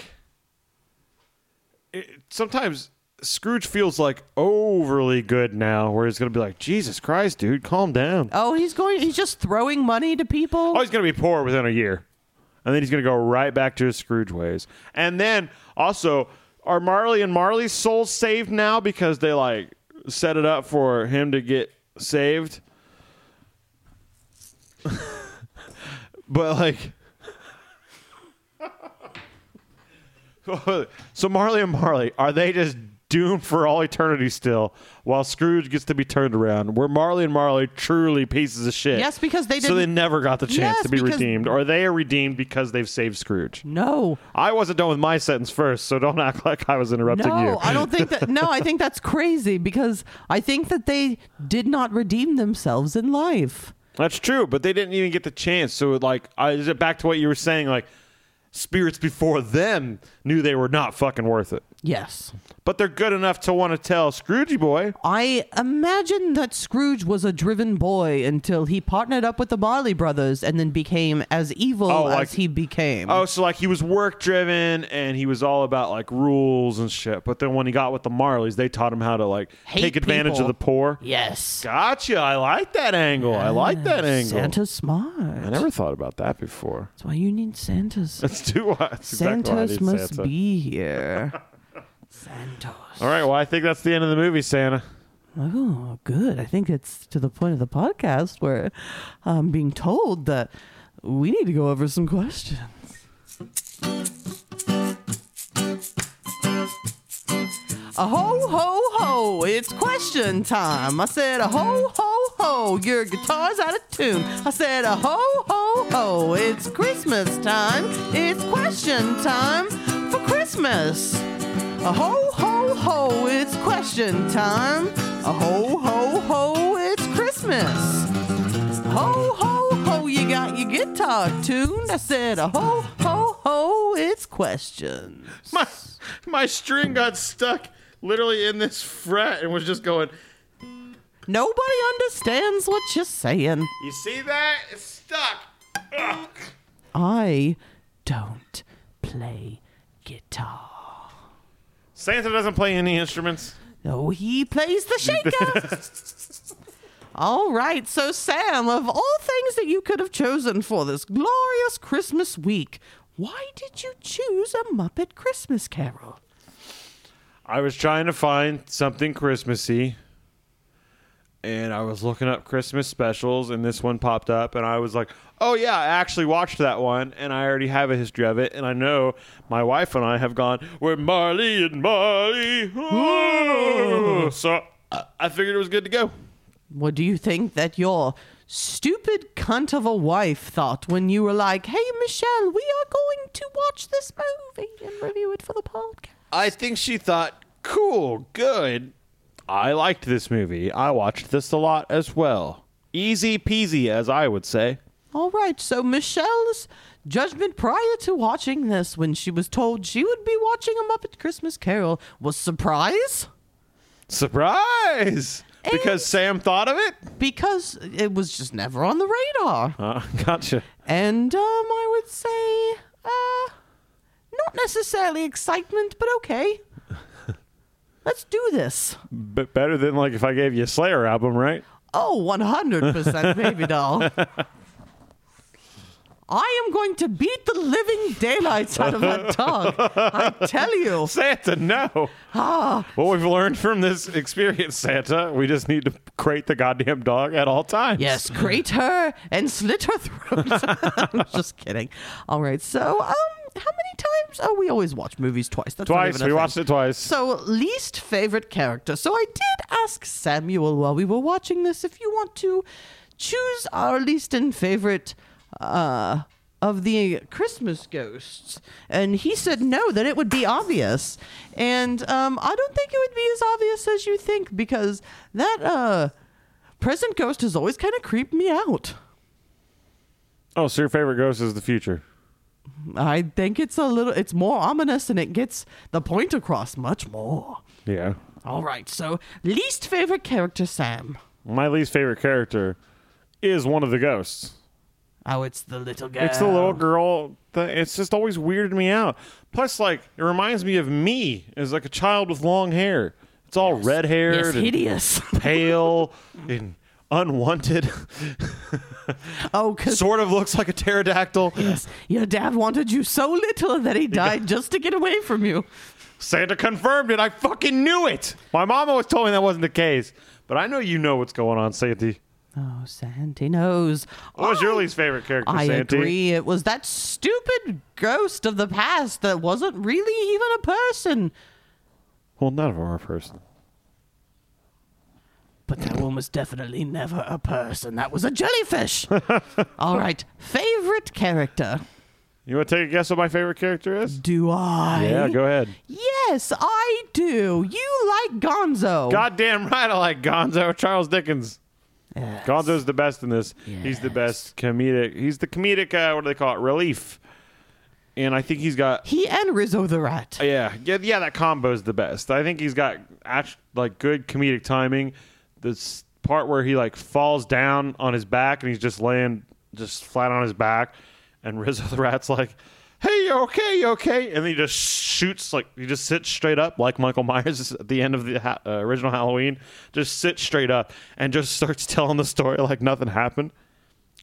S1: it, sometimes Scrooge feels like overly good now, where he's gonna be like, Jesus Christ, dude, calm down.
S2: Oh, he's going. He's just throwing money to people.
S1: Oh, he's going to be poor within a year. And then he's going to go right back to his Scrooge ways. And then also, are Marley and Marley's souls saved now because they like set it up for him to get saved? but like. so Marley and Marley, are they just doomed for all eternity still while Scrooge gets to be turned around? Were Marley and Marley truly pieces of shit?
S2: Yes, because they
S1: So they
S2: didn't-
S1: never got the chance
S2: Yes,
S1: to be
S2: because-
S1: redeemed, or they are redeemed because they've saved Scrooge.
S2: No,
S1: I wasn't done with my sentence first, so don't act like I was interrupting
S2: no,
S1: you.
S2: I don't think that. No, I think that's crazy because I think that they did not redeem themselves in life.
S1: That's true, but they didn't even get the chance. So, like, I, is it back to what you were saying? Like, spirits before them knew they were not fucking worth it,
S2: Yes,
S1: but they're good enough to want to tell Scroogey boy.
S2: I imagine that Scrooge was a driven boy until he partnered up with the Marley Brothers and then became as evil
S1: Oh,
S2: as
S1: like-
S2: he became.
S1: Oh, so like he was work driven and he was all about like rules and shit. But then when he got with the Marleys, they taught him how to like
S2: Hate
S1: take advantage
S2: people.
S1: of the poor.
S2: yes,
S1: Gotcha. I like that angle. I like that angle.
S2: Santa's smart.
S1: I never thought about that before.
S2: That's why you need Santa's.
S1: That's too what. That's exactly why I
S2: Santos
S1: need
S2: must
S1: Santa.
S2: be here. Santos.
S1: All right. Well, I think that's the end of the movie, Santa.
S2: Oh, good. I think it's to the point of the podcast where I'm being told that we need to go over some questions. A ho ho ho, it's question time. I said a ho ho ho, your guitar's out of tune. I said a ho ho ho, it's Christmas time. It's question time for Christmas. A ho ho ho, it's question time. A ho ho ho, it's Christmas. Ho ho ho, you got your guitar tuned. I said a ho ho ho, it's questions.
S3: my my string got stuck literally in this fret and was just going.
S2: Nobody understands what you're saying.
S3: You see that? It's stuck.
S2: I don't play guitar.
S1: Santa doesn't play any instruments.
S2: Oh, he plays the shaker. all right, so Sam, of all things that you could have chosen for this glorious Christmas week, why did you choose a Muppet Christmas Carol?
S1: I was trying to find something Christmassy, and I was looking up Christmas specials, and this one popped up, and I was like, "Oh yeah, I actually watched that one, and I already have a history of it, and I know my wife and I have gone we're Marley and Marley." oh." so I- I figured it was good to go.
S2: What do you think that your stupid cunt of a wife thought when you were like, "Hey, Michelle, we are going to watch this movie and review it for the podcast"?
S1: I think she thought, cool, good. I liked this movie. I watched this a lot as well. Easy peasy, as I would say.
S2: All right, so Michelle's judgment prior to watching this, when she was told she would be watching a Muppet Christmas Carol, was surprise
S1: Surprise! because Sam thought of it?
S2: because it was just never on the radar.
S1: Uh, gotcha.
S2: And um, I would say, uh, not necessarily excitement, but okay. Let's do this.
S1: But better than like if I gave you a Slayer album, right?
S2: Oh, 100% baby doll. I am going to beat the living daylights out of that dog. I tell you.
S1: Santa, no.
S2: Ah.
S1: What we've learned from this experience, Santa, we just need to crate the goddamn dog at all times.
S2: Yes, grate her and slit her throat. I'm just kidding. All right, so um, how many times? Oh, we always watch movies twice. That's not
S1: Twice.
S2: even a
S1: We
S2: thing.
S1: watched it twice.
S2: So least favorite character. So I did ask Samuel while we were watching this if you want to choose our least and favorite uh, of the Christmas ghosts, and he said no, that it would be obvious, and um, I don't think it would be as obvious as you think because that uh, present ghost has always kind of creeped me out.
S1: oh, so your favorite ghost is the future.
S2: I think it's a little, it's more ominous, and it gets the point across much more.
S1: Yeah.
S2: All right, so least favorite character, Sam.
S1: My least favorite character is one of the ghosts.
S2: Oh, it's the little girl.
S1: It's the little girl. Thing. It's just always weirded me out. Plus, like, it reminds me of me as like a child with long hair. It's all red haired
S2: It's
S1: and
S2: hideous.
S1: pale and unwanted.
S2: Oh, because
S1: sort of looks like a pterodactyl.
S2: your dad wanted you so little that he died just to get away from you.
S1: Santa confirmed it. I fucking knew it. My mom always told me that wasn't the case. But I know you know what's going on, Santy.
S2: Oh, Santy knows.
S1: What was your
S2: I-
S1: least favorite character,
S2: Oh, I
S1: Santy?
S2: agree. It was that stupid ghost of the past that wasn't really even a person.
S1: Well, none of them are personal.
S2: But that one was definitely never a person. That was a jellyfish. All right. Favorite character?
S1: You want to take a guess what my favorite character is?
S2: Do I?
S1: Yeah, go ahead.
S2: Yes, I do. You like Gonzo.
S1: Goddamn right, I like Gonzo. Charles Dickens.
S2: Yes.
S1: Gonzo's the best in this. He's the best comedic. He's the comedic. Uh, what do they call it? Relief. And I think he's got.
S2: He and Rizzo the Rat.
S1: Yeah, yeah, yeah. That combo's the best. I think he's got act, like good comedic timing. This part where he like falls down on his back and he's just laying just flat on his back, and Rizzo the Rat's like, "Hey, you okay? You okay?" And he just shoots like he just sits straight up like Michael Myers at the end of the ha- uh, original Halloween. Just sits straight up and just starts telling the story like nothing happened.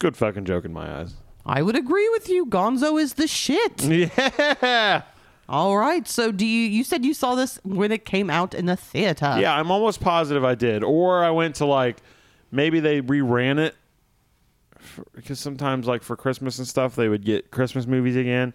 S1: Good fucking joke in my eyes.
S2: I would agree with you. Gonzo is the shit.
S1: Yeah.
S2: All right. So do you you said you saw this when it came out in the theater.
S1: Yeah, I'm almost positive I did, or I went to like maybe they reran it because sometimes like for Christmas and stuff they would get Christmas movies again.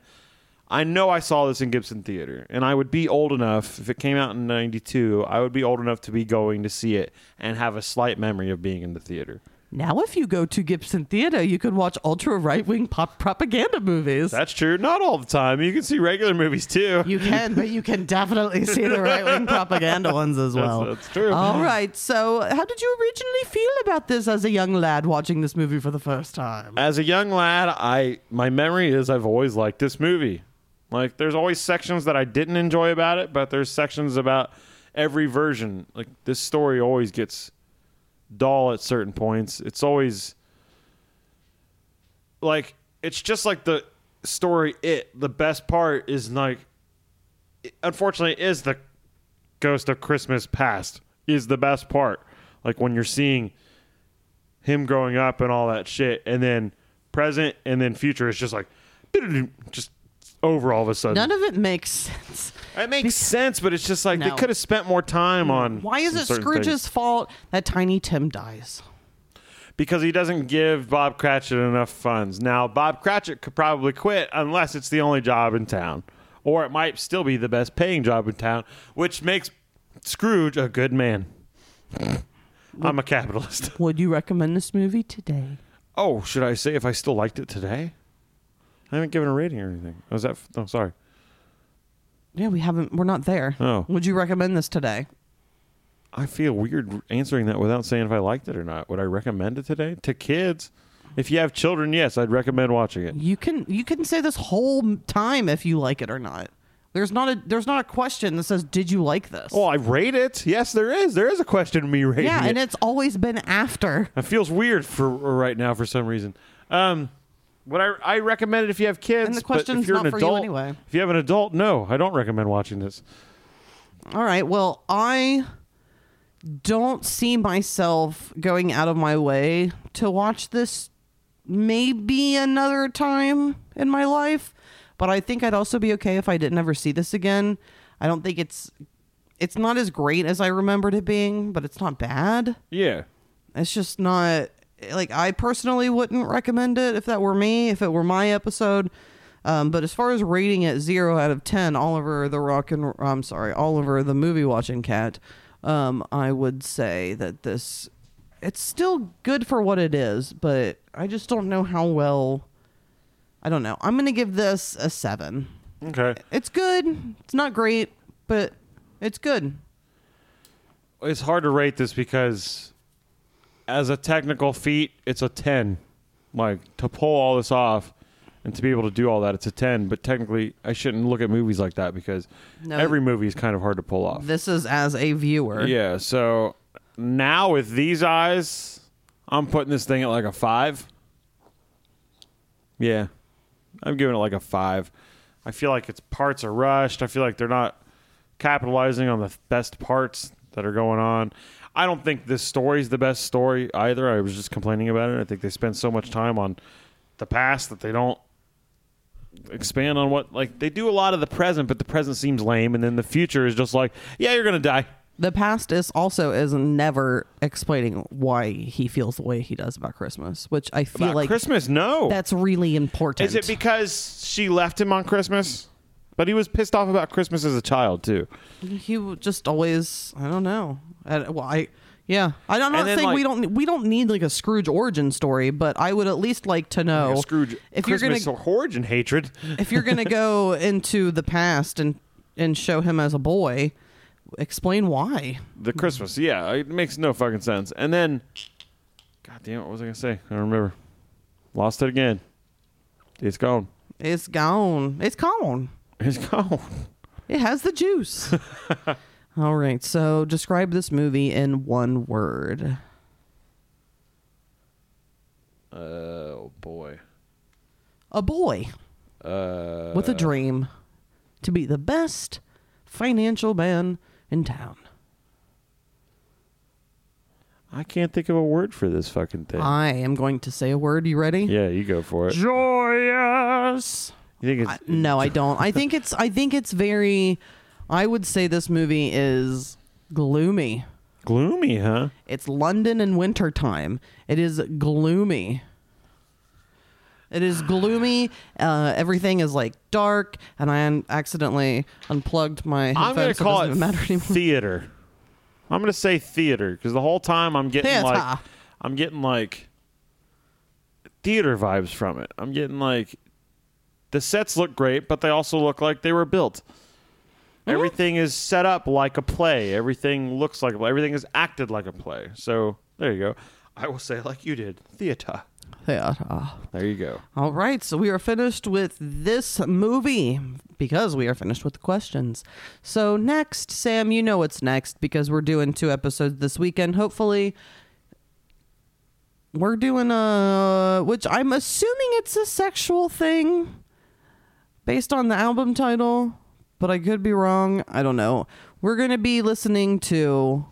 S1: I know I saw this in Gibson Theater, and I would be old enough if it came out in '92. I would be old enough to be going to see it and have a slight memory of being in the theater.
S2: Now if you go to Gibson Theater, you can watch ultra right wing pop propaganda movies.
S1: That's true. Not all the time. You can see regular movies too.
S2: you can, but you can definitely see the right wing propaganda ones as
S1: That's-
S2: well.
S1: that's true.
S2: All right. So, how did you originally feel about this as a young lad watching this movie for the first time?
S1: as a young lad, I my memory is I've always liked this movie. Like there's always sections that I didn't enjoy about it, but there's sections about every version. Like this story always gets dull at certain points. It's always like it's just like the story it the best part is like it- unfortunately is the ghost of christmas past is the best part like when you're seeing him growing up and all that shit, and then present and then future is just like just over all of a sudden.
S2: None of it makes sense.
S1: it makes sense, but it's just like they
S2: No.
S1: could have spent more time on.
S2: Why is
S1: some
S2: it
S1: certain
S2: Scrooge's
S1: things.
S2: fault that Tiny Tim dies?
S1: Because he doesn't give Bob Cratchit enough funds. Now Bob Cratchit could probably quit unless it's the only job in town, or it might still be the best paying job in town, which makes Scrooge a good man. I'm a capitalist.
S2: Would you recommend this movie today?
S1: Oh, should I say if I still liked it today? I haven't given a rating or anything. Was that? f- Oh, sorry.
S2: Yeah, we haven't. We're not there.
S1: Oh.
S2: Would you recommend this today?
S1: I feel weird answering that without saying if I liked it or not. Would I recommend it today to kids? If you have children, yes, I'd recommend watching it.
S2: You can. You can say this whole time if you like it or not. There's not a. There's not a question that says, "Did you like this?"
S1: Oh, I rate it. Yes, there is. There is a question of me rating
S2: yeah,
S1: it.
S2: and it's always been after.
S1: it feels weird for uh, right now for some reason. Um, would I I recommend it if you have kids?
S2: And the
S1: but
S2: question's
S1: if you're
S2: not
S1: an
S2: for you
S1: adult,
S2: anyway.
S1: If you have an adult, no, I don't recommend watching this.
S2: All right. Well, I don't see myself going out of my way to watch this maybe another time in my life, but I think I'd also be okay if I didn't ever see this again. I don't think it's it's not as great as I remembered it being, but it's not bad.
S1: Yeah,
S2: It's just not like I personally wouldn't recommend it if that were me, if it were my episode. Um, but as far as rating it zero out of ten, Oliver the Rock and I'm sorry, Oliver the movie watching cat, um, I would say that this it's still good for what it is, but I just don't know how well. I don't know. I'm gonna give this a seven.
S1: okay.
S2: It's good. It's not great, but it's good.
S1: It's hard to rate this because, as a technical feat, it's a ten. Like to pull all this off and to be able to do all that, it's a ten. But technically, I shouldn't look at movies like that because
S2: No.
S1: every movie is kind of hard to pull off.
S2: This is as a viewer.
S1: yeah. So now with these eyes, I'm putting this thing at like a five. Yeah. I'm giving it like a five. I feel like its parts are rushed. I feel like they're not capitalizing on the th- best parts that are going on. I don't think this story's the best story either. I was just complaining about it. I think they spend so much time on the past that they don't expand on what like they do a lot of the present, but the present seems lame and then the future is just like, yeah, you're gonna die.
S2: The past is also is never explaining why he feels the way he does about Christmas, which I feel
S1: About
S2: like
S1: Christmas, no.
S2: that's really important.
S1: Is it because she left him on Christmas? But he was pissed off about Christmas as a child too.
S2: he w- just always I don't know. I, well, I yeah, I don't- I'm not
S1: then,
S2: saying we
S1: like-
S2: don't we don't need like a Scrooge origin story, but I would at least like to know
S1: Scrooge,
S2: Oh, if you're
S1: Christmas
S2: gonna
S1: origin hatred.
S2: if you're gonna go into the past and and show him as a boy, explain why.
S1: The Christmas, yeah, it makes no fucking sense. And then, God damn, it, what was I gonna say? I don't remember. Lost it again. It's gone.
S2: It's gone. It's gone.
S1: It's gone.
S2: It has the juice. All right. So describe this movie in one word.
S1: Oh boy.
S2: A boy uh, with a dream to be the best financial man in town.
S1: I can't think of a word for this fucking thing.
S2: I am going to say a word. You ready?
S1: yeah, you go for it.
S2: Joyous.
S1: You think it's
S2: I- no, I don't. I think it's. I think it's very. I would say this movie is gloomy.
S1: gloomy, huh?
S2: It's London in wintertime. It is gloomy. It is gloomy. Uh, everything is like dark, and I un- accidentally unplugged my headphones.
S1: I'm gonna
S2: so
S1: call
S2: it
S1: it
S2: doesn't matter anymore.
S1: theater. I'm gonna say theater because the whole time I'm getting
S2: Theater.
S1: like I'm getting like theater vibes from it. I'm getting like the sets look great, but they also look like they were built.
S2: Mm-hmm.
S1: Everything is set up like a play. Everything looks like a play. Everything is acted like a play. So there you go. I will say like you did, theater.
S2: Theater.
S1: There you go.
S2: All right, so we are finished with this movie because we are finished with the questions. So next, Sam, you know what's next because we're doing two episodes this weekend. Hopefully, we're doing a which I'm assuming it's a sexual thing based on the album title, but I could be wrong. I don't know. We're going to be listening to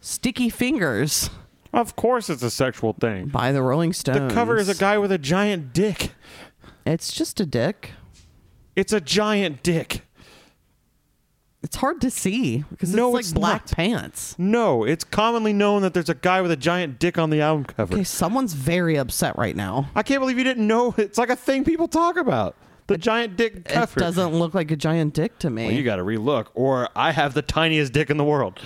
S2: Sticky Fingers
S1: Of course, it's a sexual thing.
S2: by the Rolling
S1: The
S2: Stones.
S1: cover is a guy with a giant dick.
S2: It's just a dick.
S1: It's a giant dick.
S2: It's hard to see because
S1: No,
S2: it's like
S1: it's
S2: black
S1: not.
S2: pants.
S1: No, it's commonly known that there's a guy with a giant dick on the album cover.
S2: Okay, someone's very upset right now.
S1: I can't believe you didn't know. It's like a thing people talk about. The giant dick cover.
S2: It doesn't look like a giant dick to me.
S1: Well, you got to relook, or I have the tiniest dick in the world.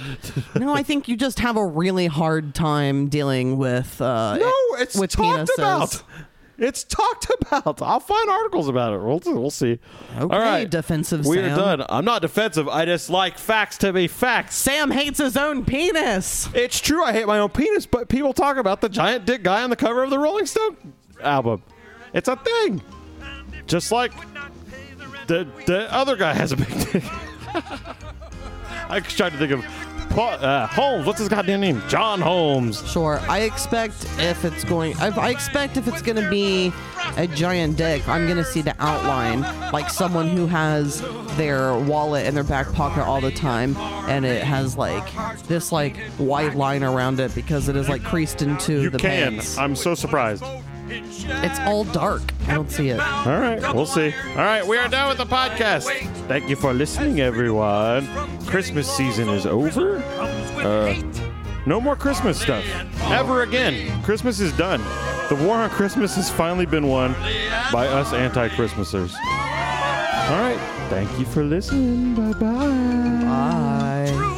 S2: no, I think you just have a really hard time dealing with uh
S1: No,
S2: it-
S1: it's
S2: with
S1: talked
S2: penises.
S1: about. It's talked about. I'll find articles about it. We'll, we'll see.
S2: Okay,
S1: All right,
S2: defensive
S1: We
S2: Sam.
S1: are done. I'm not defensive. I just like facts to be facts.
S2: Sam hates his own penis.
S1: It's true. I hate my own penis, but people talk about the giant dick guy on the cover of the Rolling Stone album. It's a thing. Just like the the other guy has a big dick. I just tried to think of Paul, uh, Holmes. What's his goddamn name? John Holmes.
S2: Sure, I expect if it's going, I, I expect if it's going to be a giant dick, I'm going to see the outline, like someone who has their wallet in their back pocket all the time, and it has like this like white line around it because it is like creased into
S3: You
S2: the
S3: can.
S2: pants.
S3: I'm so surprised.
S2: It's all dark. I don't see it.
S1: All right, we'll see. All right, we are done with the podcast. Thank you for listening, everyone. Christmas season is over. Uh, no more Christmas stuff ever again. Christmas is done. The war on Christmas has finally been won by us anti-Christmasers. All right, thank you for listening. Bye bye.
S2: Bye.